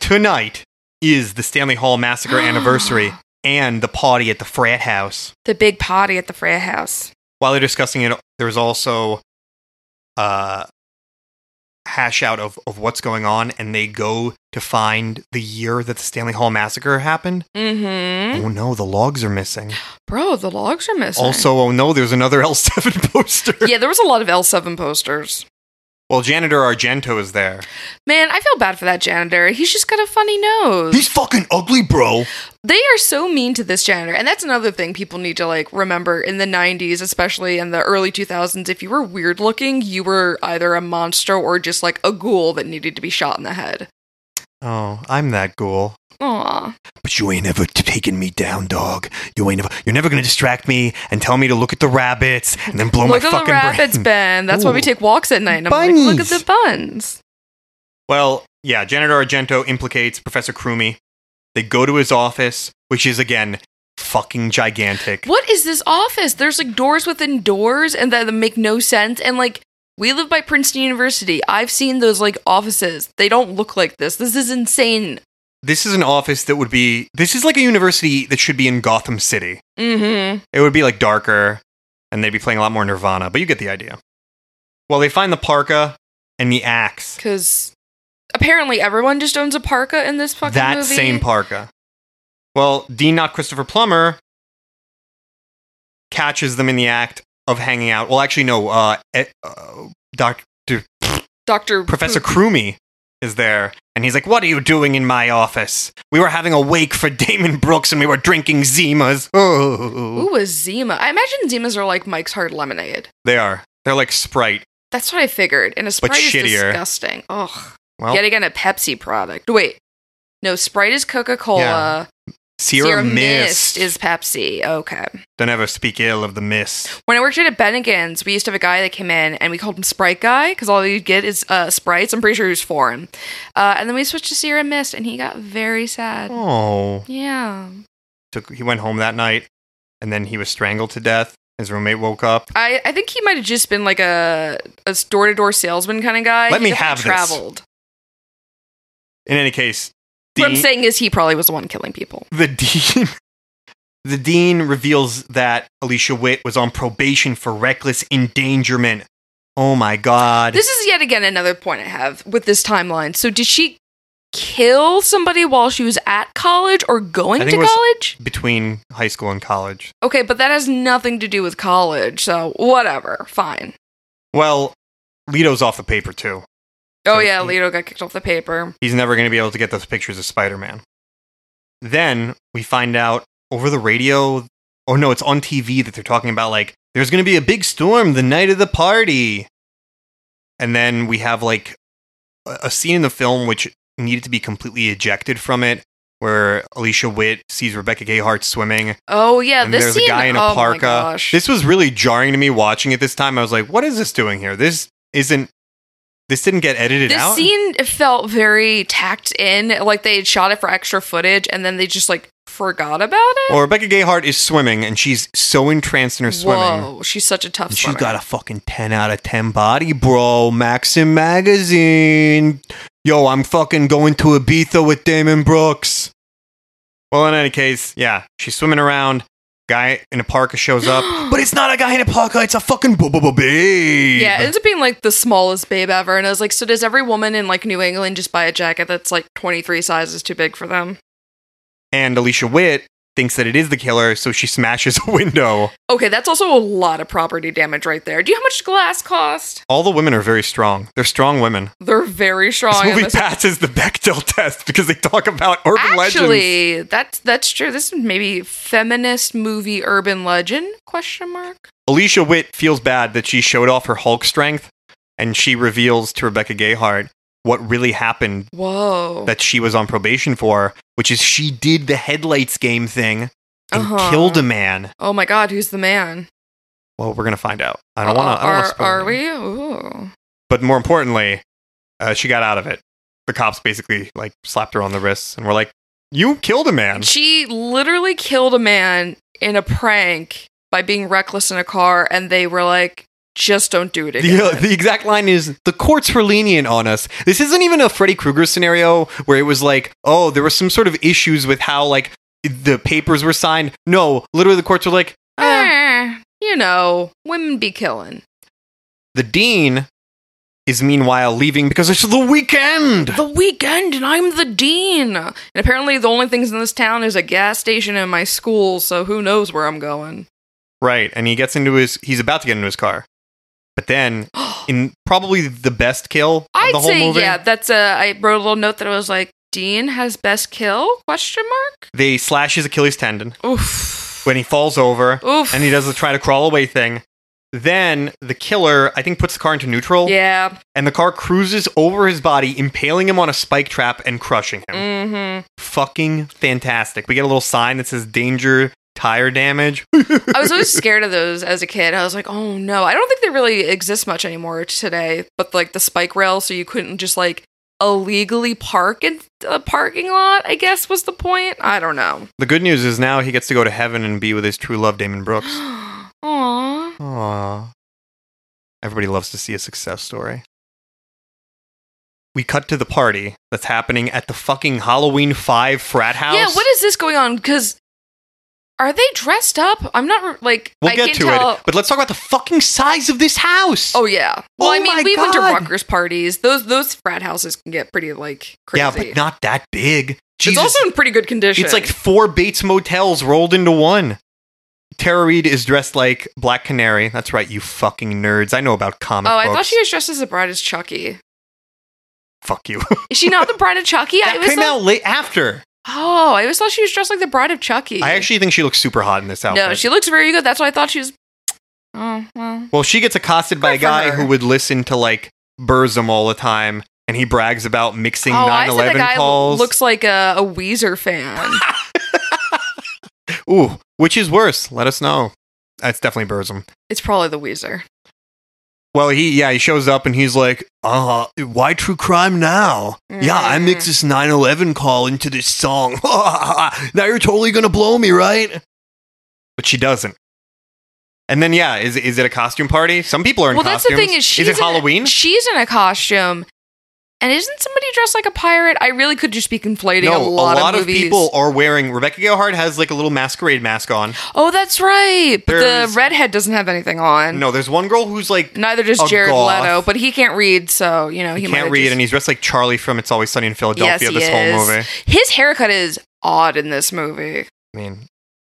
Speaker 1: tonight is the Stanley Hall Massacre anniversary and the party at the frat house.
Speaker 2: The big party at the Freya house.
Speaker 1: While they're discussing it, there's also uh hash out of, of what's going on and they go to find the year that the Stanley Hall massacre happened.
Speaker 2: Mm-hmm.
Speaker 1: Oh no, the logs are missing.
Speaker 2: Bro, the logs are missing.
Speaker 1: Also, oh no, there's another L7 poster.
Speaker 2: yeah, there was a lot of L7 posters.
Speaker 1: Well, janitor Argento is there.
Speaker 2: Man, I feel bad for that janitor. He's just got a funny nose.
Speaker 4: He's fucking ugly, bro.
Speaker 2: they are so mean to this janitor. And that's another thing people need to like remember in the 90s, especially in the early 2000s. If you were weird looking, you were either a monster or just like a ghoul that needed to be shot in the head.
Speaker 1: Oh, I'm that ghoul.
Speaker 2: Aw.
Speaker 4: But you ain't ever taken me down, dog. You ain't never. You're never gonna distract me and tell me to look at the rabbits and then blow
Speaker 2: Look
Speaker 4: my
Speaker 2: at the
Speaker 4: fucking
Speaker 2: rabbits,
Speaker 4: brain.
Speaker 2: Ben. That's why we
Speaker 4: Ooh.
Speaker 2: take walks at night. And I'm like, look at
Speaker 4: Bunnies.
Speaker 2: the buns.
Speaker 1: Well, yeah, janitor Argento implicates Professor Krumi. They go to his office, which is again fucking gigantic.
Speaker 2: What is this office? There's like doors within doors and that make no sense. And like, we live by Princeton University. I've seen those like offices. They don't look like this. This is insane.
Speaker 1: This is an office that would be this is like a university that should be in Gotham City.
Speaker 2: Mm hmm.
Speaker 1: It would be like darker and they'd be playing a lot more Nirvana, but you get the idea. Well, they find the parka and the axe.
Speaker 2: Because apparently everyone just owns a parka in this fucking
Speaker 1: that
Speaker 2: movie.
Speaker 1: same parka. Well, Dean, not Christopher Plummer, catches them in the act of hanging out. Well, actually, no. Uh, eh, uh, Doc,
Speaker 2: Dr.
Speaker 1: Professor Krumi is there, and he's like, "What are you doing in my office? We were having a wake for Damon Brooks, and we were drinking Zimas." Oh,
Speaker 2: Ooh, a Zima. I imagine Zimas are like Mike's Hard Lemonade.
Speaker 1: they are. They're like Sprite.
Speaker 2: That's what I figured. And a Sprite is
Speaker 1: shittier. Oh.
Speaker 2: disgusting. Ugh.
Speaker 1: Well,
Speaker 2: Yet again, a Pepsi product. Wait. No, Sprite is Coca Cola.
Speaker 1: Yeah. Sierra, Mist.
Speaker 2: is Pepsi. Okay.
Speaker 1: Don't ever speak ill of the mist.
Speaker 2: When I worked at Bennigan's, we used to have a guy that came in and we called him Sprite Guy because all you'd get is uh, sprites. I'm pretty sure he was foreign. Uh, and then we switched to Sierra Mist and he got very sad.
Speaker 1: Oh.
Speaker 2: Yeah.
Speaker 1: Took, he went home that night, and then he was strangled to death. His roommate woke up.
Speaker 2: I, I think he might have just been like a a door to door salesman kind of guy.
Speaker 1: Let
Speaker 2: He
Speaker 1: me
Speaker 2: definitely
Speaker 1: have this.
Speaker 2: traveled.
Speaker 1: In any case,
Speaker 2: What I'm
Speaker 1: Dean,
Speaker 2: saying is he probably was the one killing people.
Speaker 1: the dean, the dean reveals that Alicia Witt was on probation for reckless endangerment. Oh my god!
Speaker 2: This is yet again another point I have with this timeline. So did she kill somebody while she was at college or going
Speaker 1: I
Speaker 2: to
Speaker 1: think it was-
Speaker 2: college?
Speaker 1: between high school and college.
Speaker 2: Okay, but that has nothing to do with college. So whatever, fine.
Speaker 1: Well, Leto's off the paper too.
Speaker 2: Oh
Speaker 1: So
Speaker 2: yeah,
Speaker 1: he-
Speaker 2: Leto got kicked off the paper.
Speaker 1: He's never going to be able to get those pictures of Spider Man. Then we find out over the radio, or no, it's on TV that they're talking about like there's going to be a big storm the night of the party, and then we have like a, a scene in the film which needed to be completely ejected from it, where Alicia Witt sees Rebecca Gayhart swimming,
Speaker 2: Oh yeah,
Speaker 1: and
Speaker 2: this
Speaker 1: there's
Speaker 2: scene.
Speaker 1: a guy in a
Speaker 2: oh my
Speaker 1: parka.
Speaker 2: gosh.
Speaker 1: This was really jarring to me watching it this time. I was like, "What is this doing here? This isn't. This didn't get edited
Speaker 2: this
Speaker 1: out."
Speaker 2: scene felt very tacked in, like they had shot it for extra footage and then they just like forgot about it.
Speaker 1: Well, Rebecca Gayhart is swimming, and she's so entranced in her swimming.
Speaker 2: Whoa, she's such a tough
Speaker 1: And
Speaker 2: swimmer.
Speaker 1: she's got a fucking 10 out of 10 body, bro. Maxim Magazine. Yo, I'm fucking going to Ibiza with Damon Brooks. Well, in any case, yeah, she's swimming around. Guy in a parka shows up. but it's not a guy in a parka, it's a fucking boo babe.
Speaker 2: yeah, it ends up being like the smallest babe ever, and I was like, so does every woman in like New England just buy a jacket that's like twenty three sizes too big for them?
Speaker 1: And Alicia Witt thinks that it is the killer, so she smashes a window.
Speaker 2: Okay, that's also a lot of property damage right there. Do you know how much glass cost?
Speaker 1: All the women are very strong. They're strong women.
Speaker 2: They're very strong.
Speaker 1: this
Speaker 2: in
Speaker 1: movie
Speaker 2: this-
Speaker 1: passes the Bechdel test because they talk about urban legends.
Speaker 2: Actually, that's that's true. This is maybe feminist movie urban legend question mark.
Speaker 1: Alicia Witt feels bad that she showed off her Hulk strength, and she reveals to Rebecca Gayhart what really happened
Speaker 2: Whoa.
Speaker 1: that she was on probation for, which is she did the headlights game thing and
Speaker 2: Uh-huh.
Speaker 1: killed a man.
Speaker 2: oh my god, who's the man?
Speaker 1: Well, we're gonna find out. I don't want to.
Speaker 2: Are,
Speaker 1: Are,
Speaker 2: are we? Ooh.
Speaker 1: But more importantly, uh, she got out of it. The cops basically like slapped her on the wrists and were like, "You killed a man."
Speaker 2: She literally killed a man in a prank by being reckless in a car, and they were like, just don't do it again.
Speaker 1: The, uh, the exact line is the courts were lenient on us. This isn't even a Freddy Krueger scenario where it was like, oh, there was some sort of issues with how like the papers were signed. No, literally the courts were like, eh.
Speaker 2: Eh, you know, women be killing.
Speaker 1: the dean is meanwhile leaving because it's the weekend.
Speaker 2: The weekend, and I'm the dean. And apparently, the only things in this town is a gas station and my school, so who knows where I'm going.
Speaker 1: Right, and he gets into his he's about to get into his car. But then in probably the best kill of
Speaker 2: I'd
Speaker 1: the whole
Speaker 2: say,
Speaker 1: movie,
Speaker 2: yeah, that's a. I wrote a little note that was like, Dean has best kill? Question mark.
Speaker 1: they slash his Achilles tendon
Speaker 2: Oof.
Speaker 1: when he falls over.
Speaker 2: Oof.
Speaker 1: and he does the try to crawl away thing. Then the killer, I think, puts the car into neutral,
Speaker 2: Yeah.
Speaker 1: and the car cruises over his body, impaling him on a spike trap and crushing him.
Speaker 2: Mm-hmm.
Speaker 1: Fucking fantastic. We get a little sign that says danger, tire damage.
Speaker 2: I was always scared of those as a kid. I was like, oh no. I don't think they really exist much anymore today. But like the spike rail, so you couldn't just like illegally park in a parking lot. I guess was the point. I don't know.
Speaker 1: the good news is now he gets to go to heaven and be with his true love, Damon Brooks.
Speaker 2: Aww.
Speaker 1: Aww. Everybody loves to see a success story. We cut to the party that's happening at the fucking Halloween 5 frat house.
Speaker 2: Yeah. What is this going on? Because are they dressed up? I'm not like.
Speaker 1: We'll
Speaker 2: I
Speaker 1: get
Speaker 2: can't
Speaker 1: to
Speaker 2: tell.
Speaker 1: it, but let's talk about the fucking size of this house.
Speaker 2: Oh yeah. Well,
Speaker 1: Oh
Speaker 2: I mean,
Speaker 1: my
Speaker 2: we went to
Speaker 1: God.
Speaker 2: Rutgers parties. Those those frat houses can get pretty like crazy.
Speaker 1: yeah, but not that big.
Speaker 2: it's
Speaker 1: Jesus,
Speaker 2: also in pretty good condition.
Speaker 1: it's like four Bates motels rolled into one. Tara Reid is dressed like Black Canary. That's right, you fucking nerds. I know about comic
Speaker 2: Oh, I
Speaker 1: books.
Speaker 2: thought she was dressed as the bride as Chucky.
Speaker 1: Fuck you.
Speaker 2: Is she not the bride of Chucky? I
Speaker 1: that
Speaker 2: always
Speaker 1: came
Speaker 2: thought-
Speaker 1: out late after.
Speaker 2: Oh, I always thought she was dressed like the bride of Chucky.
Speaker 1: I actually think she looks super hot in this outfit.
Speaker 2: no, she looks very good. That's why I thought she was. Oh well.
Speaker 1: Well, she gets accosted by a
Speaker 2: Good for
Speaker 1: guy
Speaker 2: her.
Speaker 1: who would listen to like Burzum all the time, and he brags about mixing
Speaker 2: oh, I
Speaker 1: nine
Speaker 2: said
Speaker 1: eleven
Speaker 2: that guy
Speaker 1: calls.
Speaker 2: looks like a, a Weezer fan.
Speaker 1: Ooh, which is worse? Let us know. That's definitely Burzum.
Speaker 2: it's probably the Weezer.
Speaker 1: Well, he yeah, he shows up and he's like, "Uh, why true crime now? Yeah, I mixed
Speaker 2: Mm.
Speaker 1: this 9/11 call into this song. now you're totally gonna blow me, right?" But she doesn't. And then yeah, is is it a costume party? Some people are in
Speaker 2: Well, that's the
Speaker 1: costumes.
Speaker 2: thing is she's
Speaker 1: is it
Speaker 2: in-
Speaker 1: Halloween?
Speaker 2: she's in a costume, and isn't somebody dressed like a pirate? I really could just be conflating
Speaker 1: no,
Speaker 2: a lot,
Speaker 1: of,
Speaker 2: movies.
Speaker 1: people are wearing. Rebecca Gayhart has like a little masquerade mask on.
Speaker 2: Oh, that's right. But
Speaker 1: There's-
Speaker 2: the redhead doesn't have anything on.
Speaker 1: No, there's one girl who's like
Speaker 2: Neither does
Speaker 1: A
Speaker 2: Jared
Speaker 1: goth.
Speaker 2: Leto, but he can't read, so you know he,
Speaker 1: he
Speaker 2: might
Speaker 1: can't
Speaker 2: have
Speaker 1: read,
Speaker 2: just-
Speaker 1: and he's dressed like Charlie from It's Always Sunny in Philadelphia.
Speaker 2: Yes, he
Speaker 1: this
Speaker 2: is.
Speaker 1: whole movie.
Speaker 2: His haircut is odd in this movie.
Speaker 1: I mean,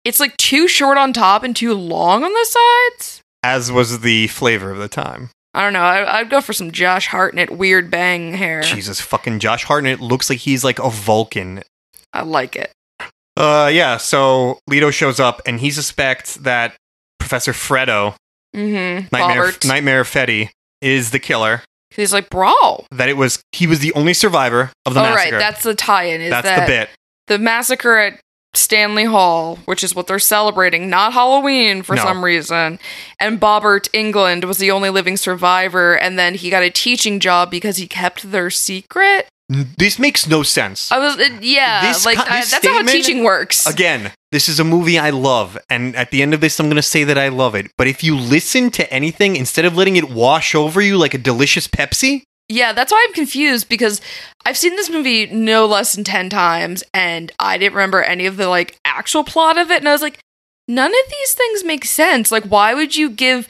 Speaker 2: It's like too short on top and too long on the sides.
Speaker 1: as was the flavor of the time.
Speaker 2: I don't know. I, I'd go for some Josh Hartnett weird bang hair.
Speaker 1: Jesus fucking Josh Hartnett looks like he's like a Vulcan.
Speaker 2: I like it.
Speaker 1: Uh, yeah. So Leto shows up, and he suspects that Professor Fredo,
Speaker 2: Mm-hmm.
Speaker 1: Nightmare,
Speaker 2: Robert.
Speaker 1: Nightmare Fetty, is the killer.
Speaker 2: He's like, brawl.
Speaker 1: That it was he was the only survivor of the
Speaker 2: All Oh, right,
Speaker 1: massacre.
Speaker 2: that's the tie-in. Is
Speaker 1: That's
Speaker 2: that
Speaker 1: the bit.
Speaker 2: the massacre at Stanley Hall, which is what they're celebrating, not Halloween for
Speaker 1: No.
Speaker 2: some reason. And Bobbert England was the only living survivor, and then he got a teaching job because he kept their secret.
Speaker 1: N- This makes no sense.
Speaker 2: I was, it, yeah,
Speaker 1: This
Speaker 2: like
Speaker 1: co-
Speaker 2: I,
Speaker 1: this
Speaker 2: that's how
Speaker 1: statement-
Speaker 2: teaching works.
Speaker 1: Again, this is a movie I love, and at the end of this, I'm going to say that I love it. But if you listen to anything instead of letting it wash over you like a delicious Pepsi,
Speaker 2: Yeah, that's why I'm confused because I've seen this movie no less than 10 times and I didn't remember any of the like actual plot of it and I was like none of these things make sense. Like why would you give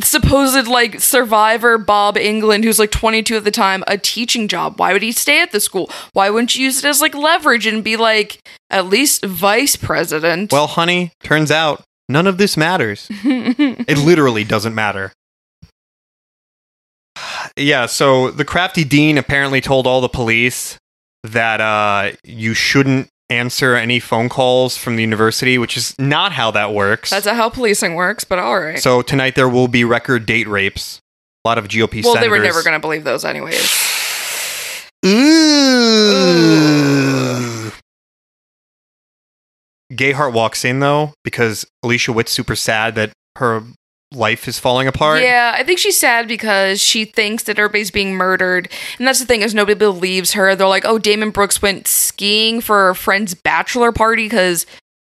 Speaker 2: supposed like survivor Bob England who's like 22 at the time a teaching job? Why would he stay at the school? Why wouldn't you use it as like leverage and be like at least vice president?
Speaker 1: well, honey, turns out none of this matters. It literally doesn't matter. Yeah, so the crafty dean apparently told all the police that uh, you shouldn't answer any phone calls from the university, which is not how that works.
Speaker 2: that's not how policing works, but all right.
Speaker 1: so tonight there will be record date rapes. A lot of GOP
Speaker 2: well,
Speaker 1: senators.
Speaker 2: they were never going to believe those anyways.
Speaker 1: Ooh. Gayheart walks in though because Alicia Witt's super sad that her life is falling apart.
Speaker 2: Yeah, I think she's sad because she thinks that everybody's being murdered, and that's the thing is nobody believes her. They're like, "Oh, Damon Brooks went skiing for a friend's bachelor party because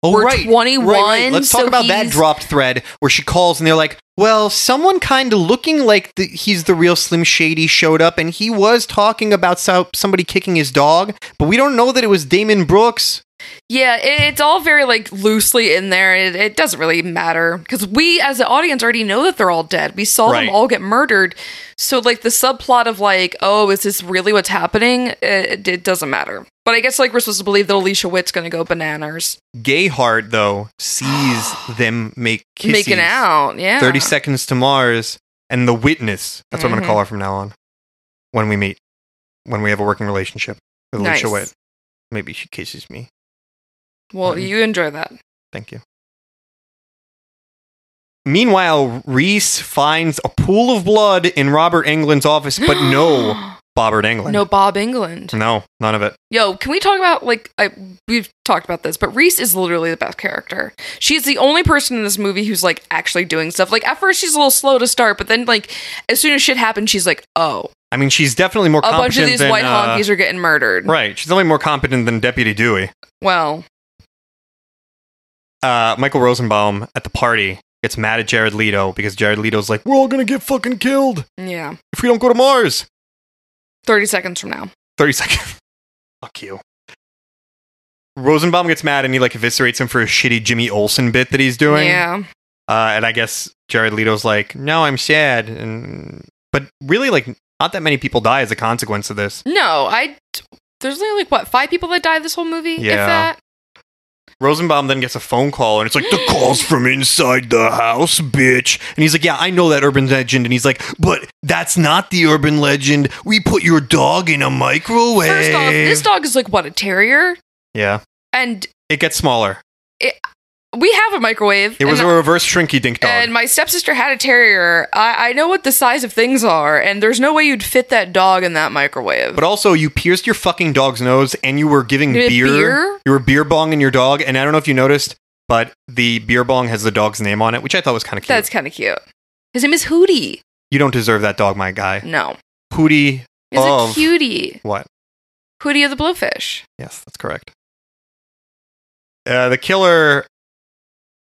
Speaker 1: oh,
Speaker 2: we're
Speaker 1: right.
Speaker 2: 21."
Speaker 1: Right, right. Let's talk
Speaker 2: so
Speaker 1: about that
Speaker 2: he's-
Speaker 1: dropped thread where she calls and they're like, "Well, someone kind of looking like the, he's the real Slim Shady showed up, and he was talking about so- somebody kicking his dog, but we don't know that it was Damon Brooks."
Speaker 2: Yeah, it, it's all very like loosely in there. It, it doesn't really matter because we, as the audience, already know that they're all dead. We saw
Speaker 1: Right.
Speaker 2: them all get murdered, so like the subplot of like, "Oh, is this really what's happening?" It, it doesn't matter. But I guess like we're supposed to believe that Alicia Witt's going to go bananas,
Speaker 1: Gayheart though sees them make kisses.
Speaker 2: making out. Yeah,
Speaker 1: 30 Seconds to Mars, and The Witness. That's what I'm going
Speaker 2: Mhm.
Speaker 1: to call her from now on when we meet, when we have a working relationship with Alicia
Speaker 2: Nice.
Speaker 1: Witt. Maybe she kisses me.
Speaker 2: Well,
Speaker 1: Mhm.
Speaker 2: you enjoy that.
Speaker 1: Thank you. Meanwhile, Reese finds a pool of blood in Robert England's office, but no Mm. Bobbert England.
Speaker 2: no Bob England.
Speaker 1: No, none of it.
Speaker 2: Yo, can we talk about like I we've talked about this, but Reese is literally the best character. She's the only person in this movie who's like actually doing stuff. Like at first she's a little slow to start, but then like as soon as shit happens, she's like, oh,
Speaker 1: I mean, she's definitely more
Speaker 2: a
Speaker 1: competent
Speaker 2: bunch of these
Speaker 1: than,
Speaker 2: white
Speaker 1: uh,
Speaker 2: honkies are getting murdered.
Speaker 1: Right, she's only more competent than Deputy Dewey.
Speaker 2: Well,
Speaker 1: uh, Michael Rosenbaum at the party gets mad at Jared Leto because Jared Leto's like, "We're all gonna get fucking killed
Speaker 2: yeah,
Speaker 1: if we don't go to Mars."
Speaker 2: thirty seconds from now.
Speaker 1: Thirty seconds. Fuck you. Rosenbaum gets mad and he like eviscerates him for a shitty Jimmy Olsen bit that he's doing.
Speaker 2: Yeah,
Speaker 1: Uh, and I guess Jared Leto's like, "No, I'm sad," and but really like not that many people die as a consequence of this.
Speaker 2: no, I. There's only like what five people that die this whole movie.
Speaker 1: Yeah.
Speaker 2: if that.
Speaker 1: Rosenbaum then gets a phone call and it's like, "The
Speaker 4: Calls from inside the house, bitch.
Speaker 1: And he's like, Yeah, I know that urban legend. And he's like, But that's not the urban legend. We put your dog in a microwave.
Speaker 2: First off, this dog is like what a terrier,
Speaker 1: yeah.
Speaker 2: and
Speaker 1: It gets smaller.
Speaker 2: we have a microwave.
Speaker 1: It was
Speaker 2: and
Speaker 1: a reverse shrinky dink dog.
Speaker 2: And my stepsister had a terrier. I, I know what the size of things are, and there's no way you'd fit that dog in that microwave.
Speaker 1: but also, you pierced your fucking dog's nose and you were giving
Speaker 2: Did it
Speaker 1: beer.
Speaker 2: beer?
Speaker 1: You were beer bonging your dog. And I don't know if you noticed, but the beer bong has the dog's name on it, which I thought was kind of cute.
Speaker 2: That's kind of cute. His name is Hootie.
Speaker 1: you don't deserve that dog, my guy.
Speaker 2: No,
Speaker 1: Hootie.
Speaker 2: he's
Speaker 1: Of.
Speaker 2: a cutie.
Speaker 1: What?
Speaker 2: Hootie of the Blowfish.
Speaker 1: Yes, that's correct. Uh, the killer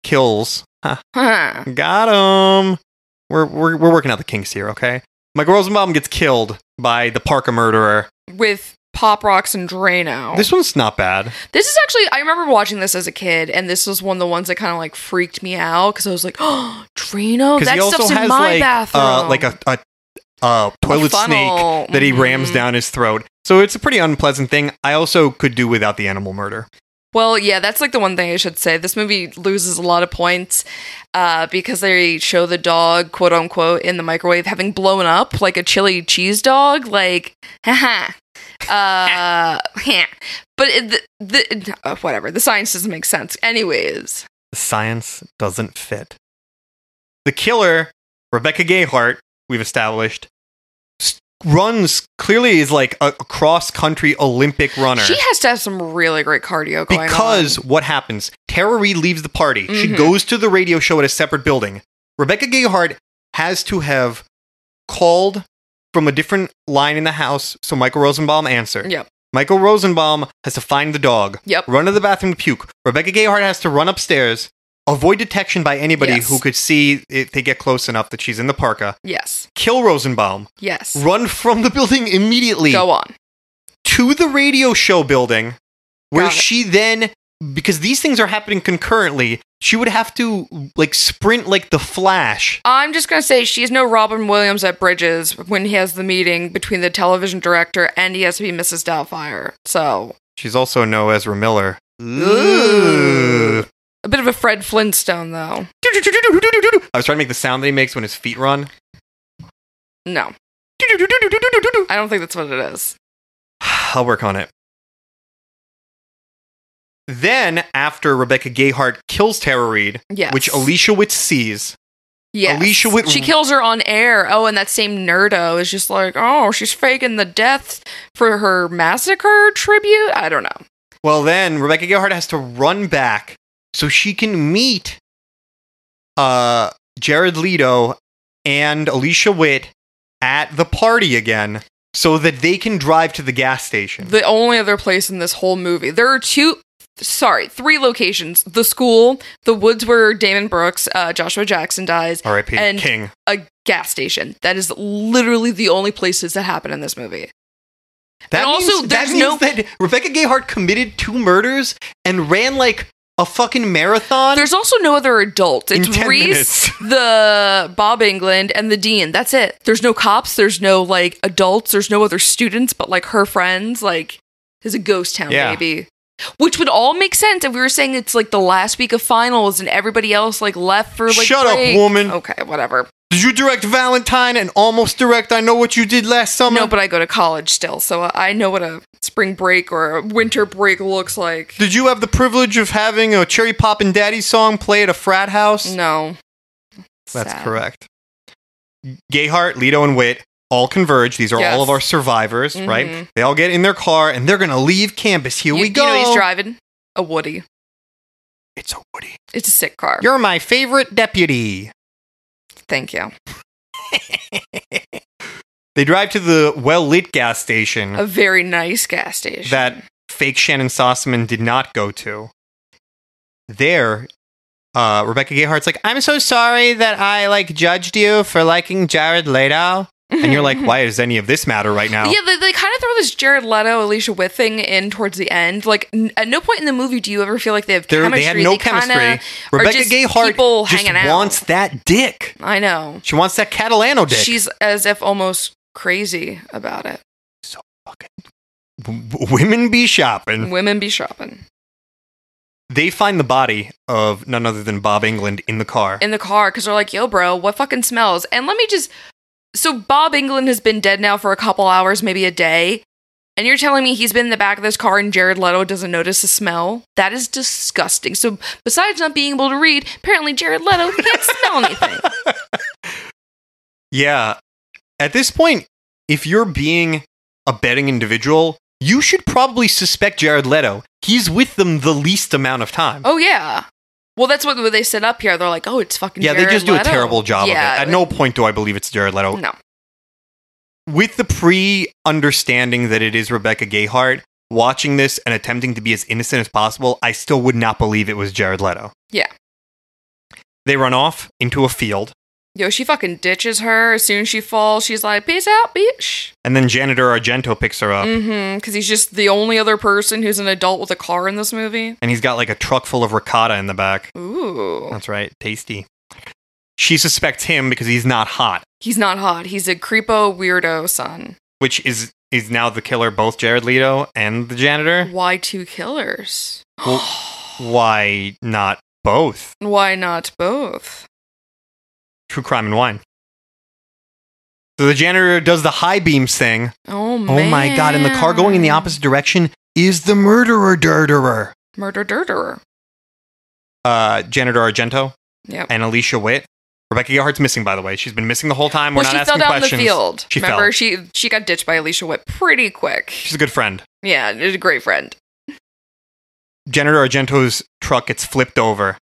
Speaker 1: kills. Huh.
Speaker 2: Huh.
Speaker 1: Got him. We're, we're, we're working out the kinks here, okay? Michael Rosenbaum gets killed by the Parker murderer.
Speaker 2: With pop rocks and Drano. This,
Speaker 1: This one's not bad.
Speaker 2: this is actually, I remember watching this as a kid, and this was one of the ones that kind of like freaked me out because I was like, oh, Drano?
Speaker 1: Because
Speaker 2: That
Speaker 1: he also
Speaker 2: stuff's in
Speaker 1: has
Speaker 2: my
Speaker 1: like,
Speaker 2: bathroom.
Speaker 1: Uh, like a, a, a toilet snake
Speaker 2: funnel.
Speaker 1: that he rams
Speaker 2: Mhm.
Speaker 1: down his throat. So it's a pretty unpleasant thing. I also could do without the animal murder.
Speaker 2: Well, yeah, that's like the one thing I should say. This movie loses a lot of points uh, because they show the dog, quote unquote, in the microwave having blown up like a chili cheese dog. Like, haha. Uh, but it, the, the uh, whatever. The science doesn't make sense. Anyways,
Speaker 1: The science doesn't fit. The killer, Rebecca Gayhart, we've established, s- runs clearly is like a, a cross country Olympic runner.
Speaker 2: she has to have some really great cardio going
Speaker 1: because
Speaker 2: on.
Speaker 1: what happens? Tara Reid leaves the party. She
Speaker 2: Mhm.
Speaker 1: goes to the radio show at a separate building. Rebecca Gayhart has to have called from a different line in the house so Michael Rosenbaum answer.
Speaker 2: Yep.
Speaker 1: Michael Rosenbaum has to find the dog.
Speaker 2: Yep.
Speaker 1: Run to the bathroom to puke. Rebecca Gayhart has to run upstairs, avoid detection by anybody
Speaker 2: Yes.
Speaker 1: who could see if they get close enough that she's in the parka.
Speaker 2: Yes.
Speaker 1: Kill Rosenbaum.
Speaker 2: Yes.
Speaker 1: Run from the building immediately
Speaker 2: Go on.
Speaker 1: to the radio show building where
Speaker 2: Got it.
Speaker 1: she then because these things are happening concurrently she would have to like sprint like the flash
Speaker 2: I'm just gonna say she is no Robin Williams at Bridges when he has the meeting between the television director and E he has to be Mrs. Doubtfire. So
Speaker 1: she's also no ezra miller
Speaker 2: Ooh. a bit of a Fred Flintstone though.
Speaker 1: i was trying to make the sound that he makes when his feet run
Speaker 2: No, I don't think that's what it is.
Speaker 1: i'll work on it then after rebecca gayhart kills tara reed
Speaker 2: Yes.
Speaker 1: which alicia Witt sees
Speaker 2: Yes.
Speaker 1: Alicia Whit-
Speaker 2: She kills her on air. Oh, and that same nerdo is just like, oh, she's faking the death for her massacre tribute. I don't know.
Speaker 1: Well, then Rebecca Gayhart has to run back so she can meet uh, Jared Leto and Alicia Witt at the party again so that they can drive to the gas station.
Speaker 2: The only other place in this whole movie. There are two, sorry, three locations the school, the woods where Damon Brooks, uh, Joshua Jackson dies,
Speaker 1: R.I.P.
Speaker 2: and-
Speaker 1: King.
Speaker 2: a gas station. That is literally the only places that happen in this movie.
Speaker 1: That
Speaker 2: and also,
Speaker 1: means, that
Speaker 2: there's
Speaker 1: means
Speaker 2: no-
Speaker 1: that Rebecca Gayhart committed two murders and ran like a fucking marathon.
Speaker 2: There's also no other adult.
Speaker 1: In
Speaker 2: It's
Speaker 1: 10
Speaker 2: Reese, the Bob England, and the Dean. That's it. There's no cops. There's no like adults. There's no other students, but like her friends. Like, there's a ghost town,
Speaker 1: Yeah.
Speaker 2: baby. Which would all make sense if we were saying it's like the last week of finals and everybody else like left for like.
Speaker 1: Shut up,
Speaker 2: break.
Speaker 1: woman.
Speaker 2: Okay, whatever.
Speaker 1: Did you direct Valentine and almost direct I Know What You Did Last Summer?
Speaker 2: No, but I go to college still, so I know what a spring break or a winter break looks like.
Speaker 1: Did you have the privilege of having a Cherry Pop and Daddy song play at a frat house?
Speaker 2: No.
Speaker 1: That's
Speaker 2: Sad.
Speaker 1: correct. Gayhart, Leto, and Wit all converge. These are
Speaker 2: Yes.
Speaker 1: all of our survivors, right?
Speaker 2: Mhm.
Speaker 1: They all get in their car and they're going to leave campus. Here
Speaker 2: You-
Speaker 1: we go.
Speaker 2: You know he's driving a Woody.
Speaker 1: it's a Woody.
Speaker 2: It's a sick car.
Speaker 1: You're my favorite deputy.
Speaker 2: Thank you.
Speaker 1: They drive to the well lit gas station
Speaker 2: a very nice gas station.
Speaker 1: that fake Shannon Sossaman did not go to. There, uh, Rebecca Gayhart's like, I'm so sorry that I like judged you for liking Jared Leto. And you're like, why does any of this matter right now?
Speaker 2: yeah, they, they kind of throw this Jared Leto, Alicia Witt thing in towards the end. Like, n- at no point in the movie do you ever feel like they have
Speaker 1: They're-
Speaker 2: chemistry.
Speaker 1: they had no
Speaker 2: kinda
Speaker 1: chemistry.
Speaker 2: are
Speaker 1: Rebecca
Speaker 2: just
Speaker 1: Gayhart
Speaker 2: people
Speaker 1: just
Speaker 2: hanging out.
Speaker 1: wants that dick.
Speaker 2: I know.
Speaker 1: She wants that Catalano dick.
Speaker 2: She's as if almost crazy about it.
Speaker 1: W- w- women be shopping.
Speaker 2: Women be shopping
Speaker 1: They find the body of none other than Bob England in the car.
Speaker 2: in the car because they're like, "Yo, bro, what fucking smells?" And let me just. So Bob England has been dead now for a couple hours, maybe a day, and you're telling me he's been in the back of this car and Jared Leto doesn't notice the smell? That is disgusting. So besides not being able to read, apparently Jared Leto can't smell anything.
Speaker 1: yeah. At this point, if you're being a betting individual, you should probably suspect Jared Leto. He's with them the least amount of time.
Speaker 2: Oh yeah. Well, that's what they set up here. They're like, "Oh, it's fucking."
Speaker 1: yeah, they
Speaker 2: Jared
Speaker 1: just do
Speaker 2: Leto."
Speaker 1: a terrible job
Speaker 2: Yeah, Mm.
Speaker 1: of it. At no point do I believe it's Jared Leto.
Speaker 2: No.
Speaker 1: with the pre understanding that it is Rebecca Gayhart, watching this and attempting to be as innocent as possible, I still would not believe it was Jared Leto.
Speaker 2: Yeah. They
Speaker 1: They run off into a field,
Speaker 2: Yo, she fucking ditches her as soon as she falls. She's like, "Peace out, bitch."
Speaker 1: and then Janitor Argento picks her up,
Speaker 2: Mm-hmm. Because he's just the only other person who's an adult with a car in this movie.
Speaker 1: and he's got like a truck full of ricotta in the back.
Speaker 2: Ooh.
Speaker 1: That's right, tasty. She suspects him because he's not hot,
Speaker 2: He's not hot. He's a creepo weirdo son.
Speaker 1: which is is now the killer, both Jared Leto and the janitor.
Speaker 2: Why two killers?
Speaker 1: Well, why not both?
Speaker 2: Why not both?
Speaker 1: True Crime and Wine. So the janitor does the high beams thing.
Speaker 2: Oh
Speaker 1: Oh
Speaker 2: man.
Speaker 1: my god, and the car going in the opposite direction is the murderer dirderer.
Speaker 2: Murder dirderer.
Speaker 1: Uh, janitor Argento
Speaker 2: Yep.
Speaker 1: and Alicia Witt. Rebecca Gearhart's missing, by the way. She's been missing the whole time. We're
Speaker 2: well,
Speaker 1: not
Speaker 2: she
Speaker 1: asking
Speaker 2: fell down
Speaker 1: questions.
Speaker 2: the field.
Speaker 1: She
Speaker 2: Remember,
Speaker 1: fell.
Speaker 2: she she got ditched by Alicia Whip pretty quick.
Speaker 1: She's a good friend.
Speaker 2: Yeah, it was a great friend.
Speaker 1: Janitor Argento's truck gets flipped over,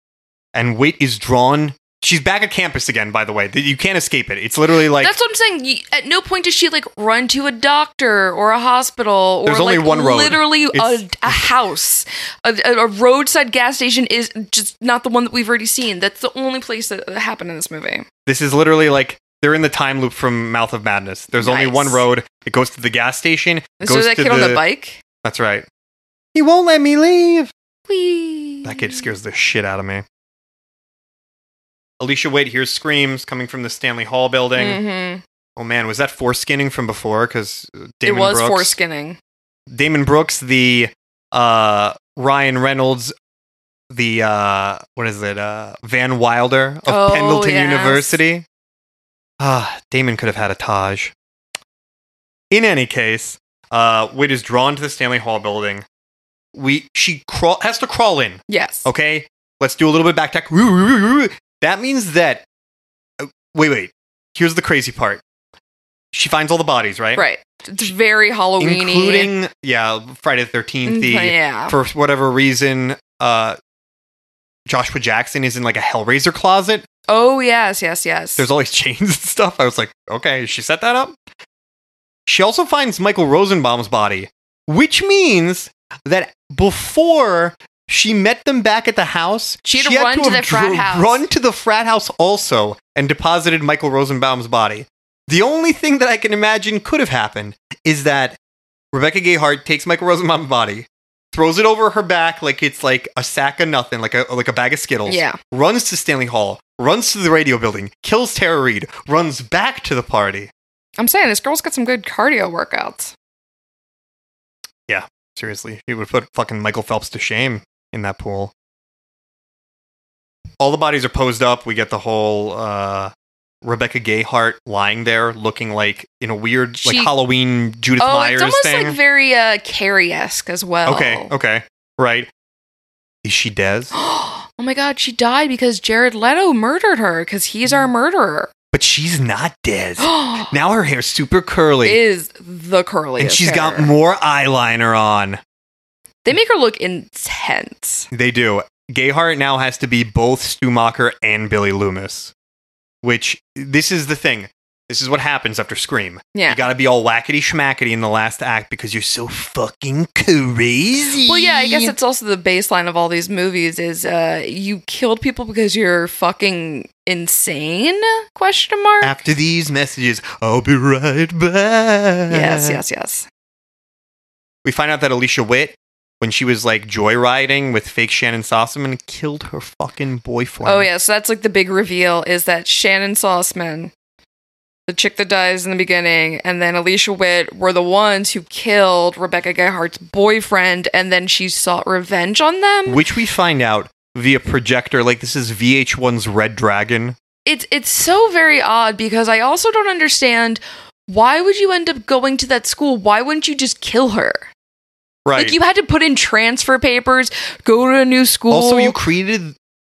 Speaker 1: and Wit is drawn. She's back at campus again, by the way. Th- You can't escape it. It's literally like
Speaker 2: That's what I'm saying. Y- At no point does she like run to a doctor or a hospital or
Speaker 1: There's only
Speaker 2: like,
Speaker 1: one road.
Speaker 2: Literally a,
Speaker 1: It's-
Speaker 2: a house, a, a a roadside gas station is just not the one that we've already seen. That's the only place that that happened in this movie.
Speaker 1: this is literally like they're in the time loop from Mouth of Madness. There's only
Speaker 2: Nice.
Speaker 1: one road. It goes to the gas station.
Speaker 2: And so
Speaker 1: goes
Speaker 2: that
Speaker 1: to
Speaker 2: kid on the bike.
Speaker 1: That's right. He won't let me leave.
Speaker 2: Whee.
Speaker 1: That kid scares the shit out of me. Alicia Witt hears screams coming from the Stanley Hall building.
Speaker 2: Mhm.
Speaker 1: Oh man, was that foreskinning from before? Because
Speaker 2: It
Speaker 1: Damon
Speaker 2: was
Speaker 1: Brooks.
Speaker 2: foreskinning.
Speaker 1: Damon Brooks, the uh, Ryan Reynolds, the uh, what is it, uh, Van Wilder of
Speaker 2: Oh,
Speaker 1: Pendleton
Speaker 2: yes.
Speaker 1: University. Ah, Damon could have had a Taj. In any case, uh, Whit is drawn to the Stanley Hall building. We she crawl has to crawl in.
Speaker 2: Yes.
Speaker 1: Okay, let's do a little bit of back tech. Woo, woo, woo, woo. That means that. uh, wait, wait. Here's the crazy part. She finds all the bodies, right?
Speaker 2: Right. It's very Halloweeny. Mm,
Speaker 1: including yeah friday the 13th the
Speaker 2: yeah.
Speaker 1: for whatever reason uh joshua jackson is in like a hellraiser closet
Speaker 2: Oh yes, yes, yes.
Speaker 1: there's always chains and stuff i was like okay she set that up she also finds michael rosenbaum's body which means that before she met them back at the house.
Speaker 2: She had to run to
Speaker 1: have
Speaker 2: the frat
Speaker 1: dro-
Speaker 2: house.
Speaker 1: Run to the frat house also and deposited Michael Rosenbaum's body. The only thing that I can imagine could have happened is that Rebecca Gayhart takes Michael Rosenbaum's body, throws it over her back like it's like a sack of nothing, like a like a bag of Skittles.
Speaker 2: Yeah.
Speaker 1: Runs to Stanley Hall, runs to the radio building, kills Tara Reid, runs back to the party.
Speaker 2: I'm saying this girl's got some good cardio workouts.
Speaker 1: Seriously, he would put fucking Michael Phelps to shame in that pool. All the bodies are posed up. We get the whole uh, Rebecca Gayhart lying there, looking like in a weird,
Speaker 2: She-
Speaker 1: like Halloween Judith
Speaker 2: oh,
Speaker 1: Myers
Speaker 2: it's almost
Speaker 1: thing.
Speaker 2: like very uh, Carrie esque as well.
Speaker 1: okay, okay, right. Is she Des?
Speaker 2: oh my god, she died because Jared Leto murdered her because he's our murderer.
Speaker 1: But she's not Des. now her hair's super curly,
Speaker 2: Is the curly.
Speaker 1: and she's
Speaker 2: she's
Speaker 1: got more eyeliner on.
Speaker 2: They make her look intense.
Speaker 1: They do. Gayheart now has to be both Stumacher and Billy Loomis, which this is the thing. This is what happens after Scream.
Speaker 2: Yeah.
Speaker 1: You got to be all whackety schmackety in the last act because you're so fucking crazy.
Speaker 2: Well, yeah, I guess it's also the baseline of all these movies is uh, you killed people because you're fucking insane? Question mark.
Speaker 1: after these messages, I'll be right back.
Speaker 2: yes, yes, yes.
Speaker 1: We find out that Alicia Witt, when she was like joyriding with fake Shannon Sossaman, killed her fucking boyfriend.
Speaker 2: Oh yeah, so that's like the big reveal is that Shannon Sauceman, the chick that dies in the beginning, and then Alicia Witt were the ones who killed Rebecca Gayhart's boyfriend, and then she sought revenge on them.
Speaker 1: Which we find out via projector. Like this is VH1's Red Dragon.
Speaker 2: It's it's so very odd because I also don't understand why would you end up going to that school? Why wouldn't you just kill her?
Speaker 1: Right.
Speaker 2: Like you had to put in transfer papers, go to a new school.
Speaker 1: Also, you created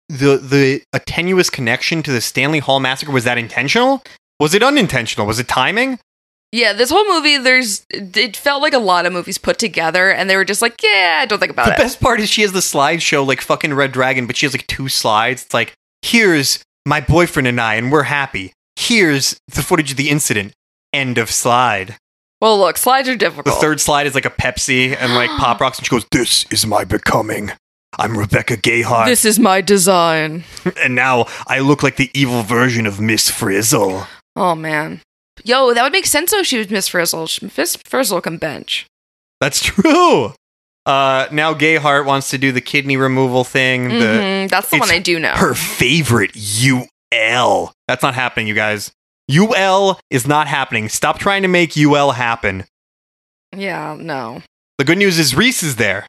Speaker 1: the the a tenuous connection to the Stanley Hall massacre. Was that intentional? Was it unintentional? Was it timing?
Speaker 2: yeah, this whole movie, there's it felt like a lot of movies put together, and they were just like, yeah, don't think about
Speaker 1: the
Speaker 2: it.
Speaker 1: best part is she has the slideshow like fucking Red Dragon, but she has like two slides. It's like here's my boyfriend and I, and we're happy. Here's the footage of the incident. End of slide.
Speaker 2: Well, look, slides are
Speaker 1: The
Speaker 2: difficult.
Speaker 1: third slide is like a Pepsi and like Pop Rocks, and she goes,
Speaker 4: This is my becoming. I'm Rebecca Gayheart,
Speaker 2: This is my design.
Speaker 4: and now I look like the evil version of Miss Frizzle.
Speaker 2: Oh man, yo, that would make sense though if she was Miss Frizzle. She- Miss Frizzle can bench.
Speaker 1: "That's true." Uh, now Gayheart wants to do the kidney removal thing. The
Speaker 2: Mhm, That's the
Speaker 1: Mm-hmm. it's
Speaker 2: one I do know.
Speaker 4: Her favorite UL.
Speaker 1: That's not happening, you guys. UL is not happening. Stop trying to make UL happen.
Speaker 2: yeah, no.
Speaker 1: The good news is Reese is there.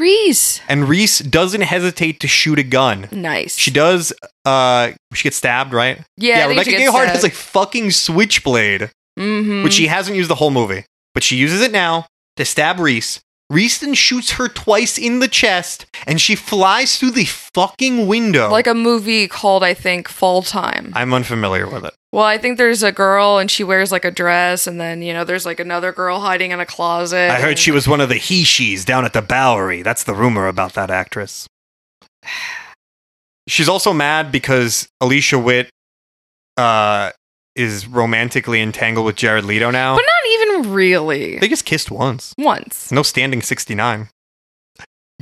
Speaker 2: Reese.
Speaker 1: And Reese doesn't hesitate to shoot a gun.
Speaker 2: Nice.
Speaker 1: She does. Uh, she gets stabbed, right?
Speaker 2: yeah, I think
Speaker 1: Rebecca
Speaker 2: she gets
Speaker 1: Gayheart
Speaker 2: stabbed.
Speaker 1: has a fucking switchblade,
Speaker 2: Mhm.
Speaker 1: which she hasn't used the whole movie, but she uses it now to stab Reese. Reese then shoots her twice in the chest, and she flies through the fucking window.
Speaker 2: like a movie called I think Fall Time.
Speaker 1: I'm unfamiliar with it.
Speaker 2: well, I think there's a girl and she wears like a dress, and then you know there's like another girl hiding in a closet.
Speaker 1: I heard
Speaker 2: and-
Speaker 1: she was one of the he-she's down at the Bowery. That's the rumor about that actress. She's also mad because Alicia Witt uh, is romantically entangled with Jared Leto now.
Speaker 2: but not even really.
Speaker 1: they just kissed once.
Speaker 2: Once.
Speaker 1: No standing 69.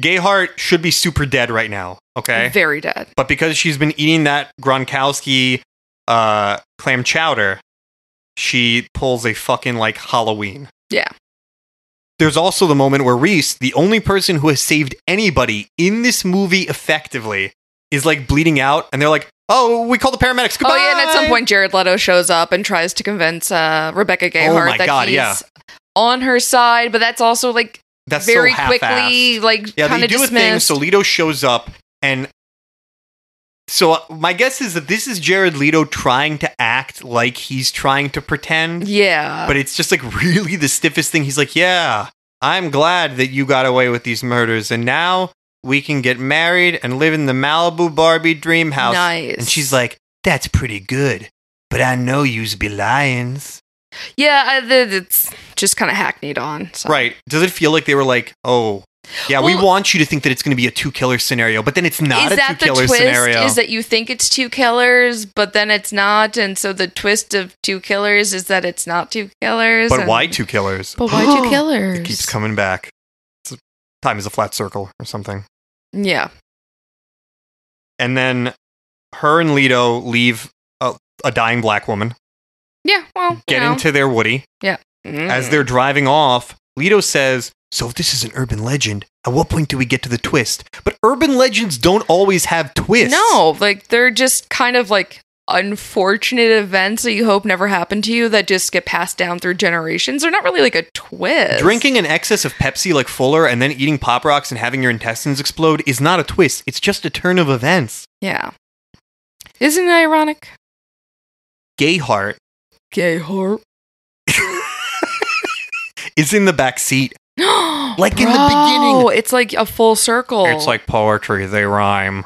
Speaker 1: Gayheart should be super dead right now, okay?
Speaker 2: Very dead.
Speaker 1: But because she's been eating that Gronkowski uh, clam chowder, she pulls a fucking like Halloween.
Speaker 2: Yeah.
Speaker 1: There's also the moment where Reese, the only person who has saved anybody in this movie effectively, is like bleeding out, and they're like, "Oh, we call the paramedics." Goodbye.
Speaker 2: Oh yeah, and at some point Jared Leto shows up and tries to convince uh, Rebecca Gayheart
Speaker 1: Oh my
Speaker 2: that
Speaker 1: God,
Speaker 2: he's
Speaker 1: yeah.
Speaker 2: on her side, but that's also like
Speaker 1: that's so
Speaker 2: very
Speaker 1: half-assed.
Speaker 2: quickly, like
Speaker 1: Yeah,
Speaker 2: kind
Speaker 1: they
Speaker 2: of
Speaker 1: do
Speaker 2: dismissed.
Speaker 1: a thing. So Leto shows up, and so uh, my guess is that this is Jared Leto trying to act like he's trying to pretend,
Speaker 2: yeah,
Speaker 1: but it's just like really the stiffest thing. He's like, "Yeah, I'm glad that you got away with these murders, and now we can get married and live in the Malibu Barbie dream house."
Speaker 2: nice.
Speaker 1: And she's like, "That's pretty good, but I know yous be lions."
Speaker 2: yeah, I, th- it's just kind of hackneyed on. So.
Speaker 1: Right? Does it feel like they were like, "Oh." Yeah, we
Speaker 2: Well-
Speaker 1: want you to think that it's going to be a two killer scenario, but then it's not
Speaker 2: Is
Speaker 1: a
Speaker 2: that
Speaker 1: two
Speaker 2: the
Speaker 1: killer
Speaker 2: twist?
Speaker 1: scenario.
Speaker 2: Is that you think it's two killers, but then it's not, and so the twist of two killers is that it's not two killers.
Speaker 1: But
Speaker 2: and-
Speaker 1: why two killers?
Speaker 2: But why two killers?
Speaker 1: It keeps coming back. It's time is a flat circle or something.
Speaker 2: Yeah,
Speaker 1: And then her and Leto leave a, a dying black woman,
Speaker 2: yeah. Well, you
Speaker 1: get
Speaker 2: know.
Speaker 1: into their Woody.
Speaker 2: Mm.
Speaker 1: As they're driving off, Leto says, So if this is an urban legend, at what point do we get to the twist? But urban legends don't always have twists.
Speaker 2: No, like they're just kind of like unfortunate events that you hope never happen to you that just get passed down through generations. They're not really like a twist.
Speaker 1: Drinking an excess of Pepsi like Fuller and then eating Pop Rocks and having your intestines explode is not a twist. It's just a turn of events.
Speaker 2: Yeah. Isn't it ironic?
Speaker 1: Gayheart
Speaker 2: Gay heart.
Speaker 1: is in the back seat
Speaker 2: like
Speaker 1: Like in the beginning.
Speaker 2: It's like a full circle.
Speaker 1: It's like poetry, they rhyme.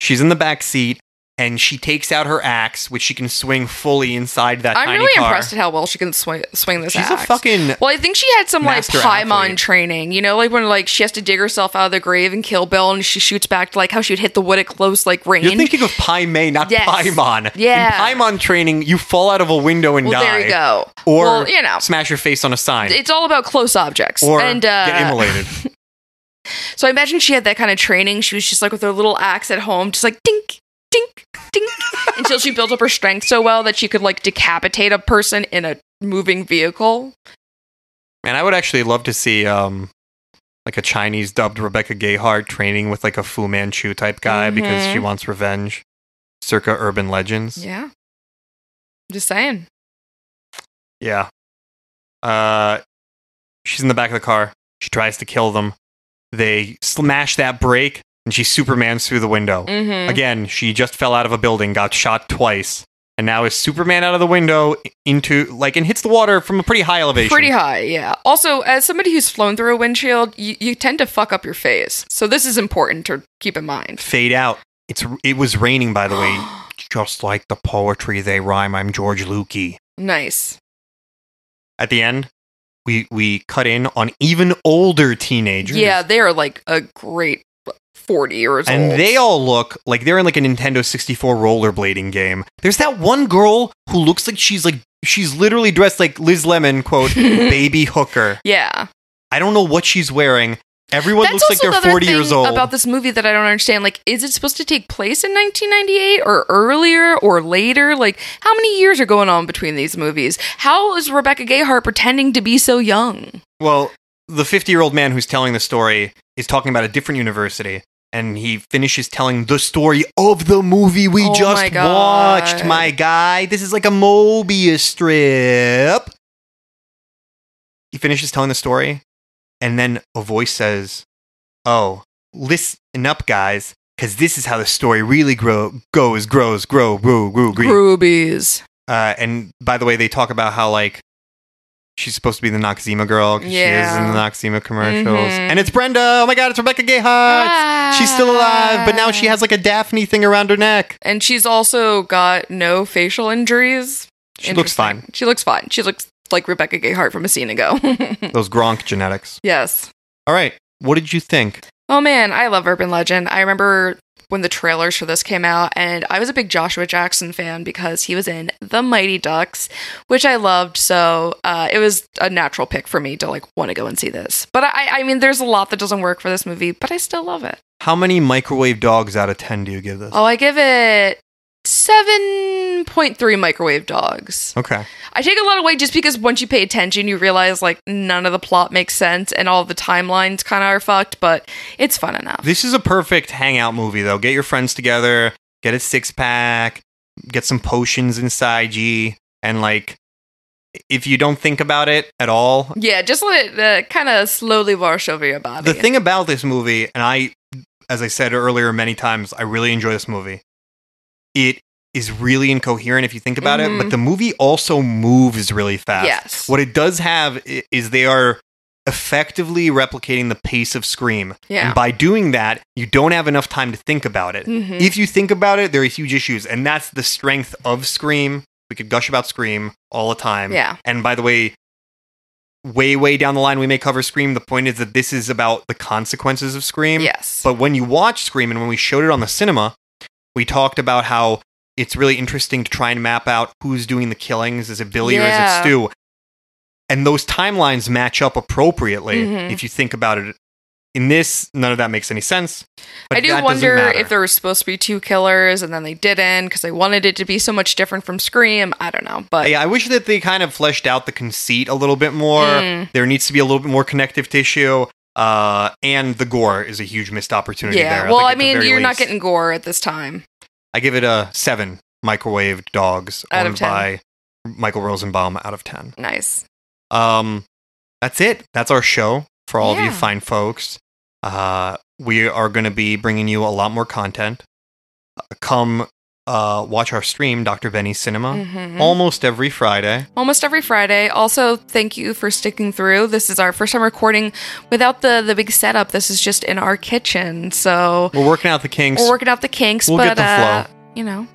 Speaker 1: She's in the back seat and she takes out her axe, which she can swing fully inside that
Speaker 2: I'm
Speaker 1: tiny
Speaker 2: really
Speaker 1: car.
Speaker 2: impressed at how well she can swing, swing this
Speaker 1: She's
Speaker 2: axe.
Speaker 1: a fucking
Speaker 2: well, I think she had some like
Speaker 1: master
Speaker 2: Paimon
Speaker 1: athlete.
Speaker 2: training, you know, like when like she has to dig herself out of the grave and kill Bill, and she shoots back to like how she would hit the wood at close like range.
Speaker 1: You're thinking of Paimon, not
Speaker 2: Yes.
Speaker 1: Paimon.
Speaker 2: Yeah.
Speaker 1: In Paimon training, you fall out of a window and
Speaker 2: well,
Speaker 1: die.
Speaker 2: there you go.
Speaker 1: Or
Speaker 2: well, you know,
Speaker 1: smash your face on a sign.
Speaker 2: it's all about close objects.
Speaker 1: or
Speaker 2: and
Speaker 1: get
Speaker 2: uh,
Speaker 1: immolated.
Speaker 2: so I imagine she had that kind of training. She was just like with her little axe at home, just like dink, dink, dink, until she built up her strength so well that she could like decapitate a person in a moving vehicle.
Speaker 1: And I would actually love to see um like a Chinese dubbed Rebecca Gayheart training with like a Fu Manchu type guy because
Speaker 2: Mhm.
Speaker 1: she wants revenge. Circa urban legends.
Speaker 2: Yeah, just saying.
Speaker 1: Yeah. Uh, she's in the back of the car. She tries to kill them. They smash that brake, and she Supermans through the window.
Speaker 2: Mm-hmm.
Speaker 1: Again, she just fell out of a building, got shot twice, and now is Superman out of the window into like and hits the water from a pretty high elevation.
Speaker 2: Pretty high, yeah. Also, as somebody who's flown through a windshield, you, you tend to fuck up your face, so this is important to keep in mind.
Speaker 1: Fade out. It's it was raining by the way. Just like the poetry they rhyme, I'm George Lukey.
Speaker 2: nice.
Speaker 1: At the end, we we cut in on even older teenagers.
Speaker 2: Yeah, they are like a great forty years old.
Speaker 1: And they all look like they're in like a Nintendo 64 rollerblading game. There's that one girl who looks like she's like she's literally dressed like Liz Lemon, quote, baby hooker.
Speaker 2: Yeah.
Speaker 1: I don't know what she's wearing. Everyone looks like they're
Speaker 2: another
Speaker 1: 40 years
Speaker 2: thing
Speaker 1: old.
Speaker 2: About this movie that I don't understand. Like, is it supposed to take place in 1998 or earlier or later? Like, how many years are going on between these movies? How is Rebecca Gayheart pretending to be so young?
Speaker 1: well, the 50-year-old man who's telling the story is talking about a different university and he finishes telling the story of the movie we
Speaker 2: Oh
Speaker 1: just
Speaker 2: my God.
Speaker 1: watched, my guy. This is like a Mobius strip. He finishes telling the story and then a voice says, oh, listen up, guys, because this is how the story really grow goes, grows, grow, grew, grew, green.
Speaker 2: Rubies.
Speaker 1: Uh, and by the way, they talk about how like she's supposed to be the Noxzema girl. 'cause She is in
Speaker 2: Yeah.
Speaker 1: the Noxzema commercials,
Speaker 2: Mhm.
Speaker 1: and it's Brenda. Oh my God, it's Rebecca Gayheart. Uh, She's still alive, but now she has like a Daphne thing around her neck.
Speaker 2: And she's also got no facial injuries.
Speaker 1: She looks
Speaker 2: Interesting.
Speaker 1: fine.
Speaker 2: She looks fine. She looks like Rebecca Gayheart from a scene ago.
Speaker 1: Those Gronk genetics.
Speaker 2: yes.
Speaker 1: All right, what did you think?
Speaker 2: Oh man, I love Urban Legend. I remember when the trailers for this came out, and I was a big Joshua Jackson fan because he was in The Mighty Ducks, which I loved. So uh, it was a natural pick for me to like want to go and see this. But I, I mean, there's a lot that doesn't work for this movie, but I still love it.
Speaker 1: How many microwave dogs out of ten do you give this?
Speaker 2: Oh, I give it seven point three microwave dogs.
Speaker 1: Okay.
Speaker 2: I take a lot away just because once you pay attention, you realize like none of the plot makes sense and all the timelines kind of are fucked. But it's fun enough.
Speaker 1: This is a perfect hangout movie, though. Get your friends together, get a six pack, get some potions inside ye, and like, if you don't think about it at all,
Speaker 2: Yeah, just let it uh, kind of slowly wash over your body.
Speaker 1: the thing about this movie, and I, as I said earlier many times, I really enjoy this movie. It is really incoherent if you think about
Speaker 2: Mhm.
Speaker 1: it, but the movie also moves really fast.
Speaker 2: Yes.
Speaker 1: What it does have i- is they are effectively replicating the pace of Scream.
Speaker 2: yeah.
Speaker 1: And by doing that, you don't have enough time to think about it.
Speaker 2: Mhm.
Speaker 1: If you think about it, there are huge issues, and that's the strength of Scream. We could gush about Scream all the time.
Speaker 2: Yeah.
Speaker 1: And by the way, way, way down the line, we may cover Scream. The point is that this is about the consequences of Scream.
Speaker 2: Yes.
Speaker 1: But when you watch Scream and when we showed it on the cinema, we talked about how it's really interesting to try and map out who's doing the killings. Is it Billy or
Speaker 2: Yeah.
Speaker 1: is it Stu? And those timelines match up appropriately
Speaker 2: Mhm.
Speaker 1: if you think about it. In this, none of that makes any sense. But
Speaker 2: I do
Speaker 1: that doesn't
Speaker 2: wonder
Speaker 1: matter.
Speaker 2: if there was supposed to be two killers and then they didn't because they wanted it to be so much different from Scream. I don't know, but
Speaker 1: Uh, Yeah, I wish that they kind of fleshed out the conceit a little bit more.
Speaker 2: Mm.
Speaker 1: There needs to be a little bit more connective tissue. Uh, and the gore is a huge missed opportunity
Speaker 2: yeah.
Speaker 1: there.
Speaker 2: Well,
Speaker 1: think
Speaker 2: I
Speaker 1: at the
Speaker 2: mean,
Speaker 1: very
Speaker 2: you're not
Speaker 1: least.
Speaker 2: getting gore at this time.
Speaker 1: I give it a seven microwaved dogs
Speaker 2: Out of
Speaker 1: owned
Speaker 2: 10.
Speaker 1: by Michael Rosenbaum out of ten.
Speaker 2: Nice.
Speaker 1: Um, that's it. That's our show for all of you
Speaker 2: Yeah.
Speaker 1: fine folks. Uh, we are going to be bringing you a lot more content. Uh, come uh, watch our stream, Dr. Benny Cinema,
Speaker 2: Mhm.
Speaker 1: almost every Friday.
Speaker 2: Almost every Friday. Also, thank you for sticking through. This is our first time recording without the the big setup. This is just in our kitchen, so
Speaker 1: We're working out the kinks.
Speaker 2: we're working out the kinks.
Speaker 1: We'll
Speaker 2: but
Speaker 1: get the
Speaker 2: uh, you know,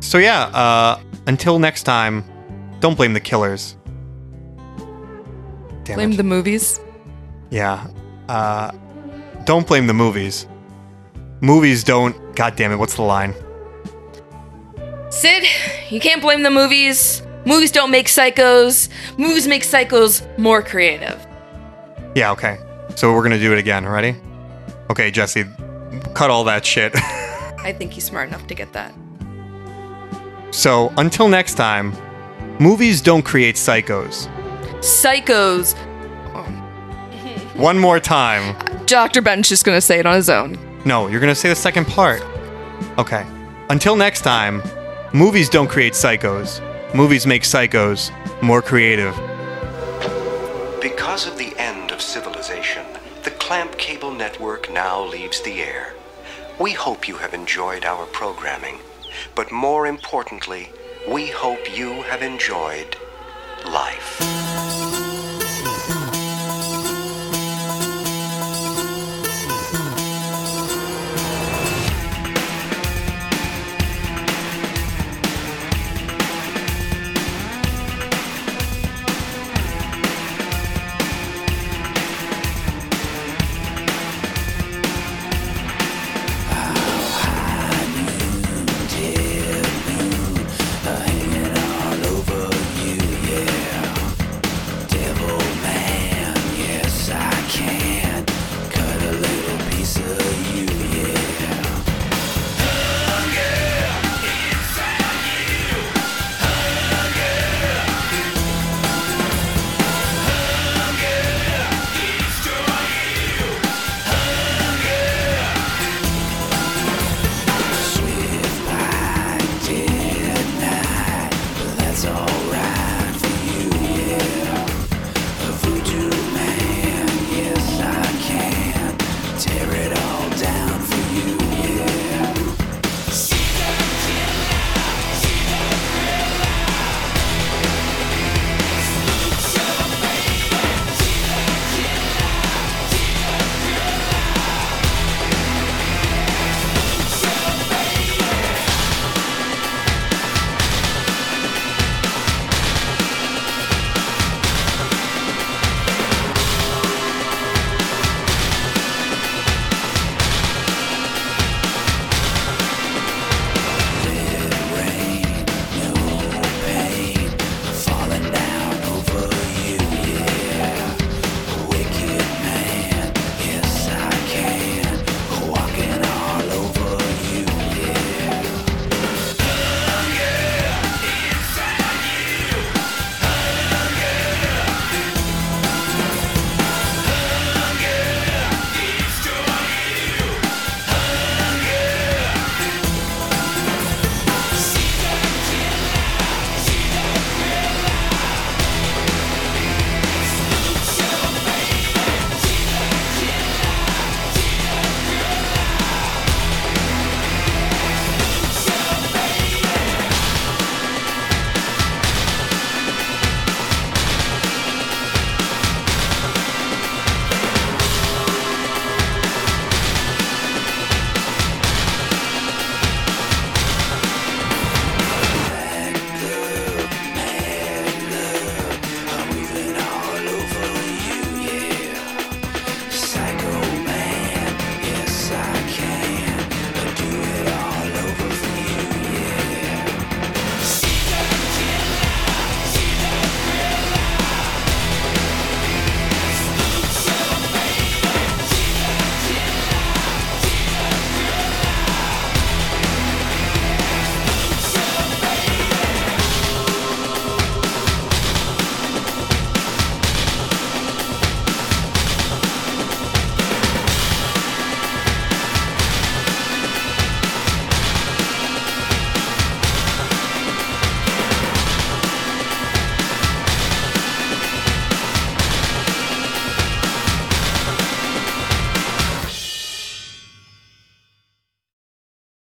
Speaker 1: So yeah, uh, until next time, don't blame the killers. Damn
Speaker 2: blame
Speaker 1: it.
Speaker 2: the movies.
Speaker 1: yeah. Uh, don't blame the movies. Movies don't. God damn it! What's the line?
Speaker 2: Sid, you can't blame the movies. Movies don't make psychos. Movies make psychos more creative.
Speaker 1: Yeah. Okay. So we're gonna do it again. Ready? Okay, Jesse, cut all that shit.
Speaker 2: I think he's smart enough to get that.
Speaker 1: so until next time, movies don't create psychos.
Speaker 2: Psychos.
Speaker 1: One more time.
Speaker 2: Dr. Ben's just gonna say it on his own.
Speaker 1: No, you're going to say the second part. Okay. Until next time, movies don't create psychos. Movies make psychos more creative.
Speaker 5: Because of the end of civilization, the Clamp Cable Network now leaves the air. We hope you have enjoyed our programming, but more importantly, we hope you have enjoyed life.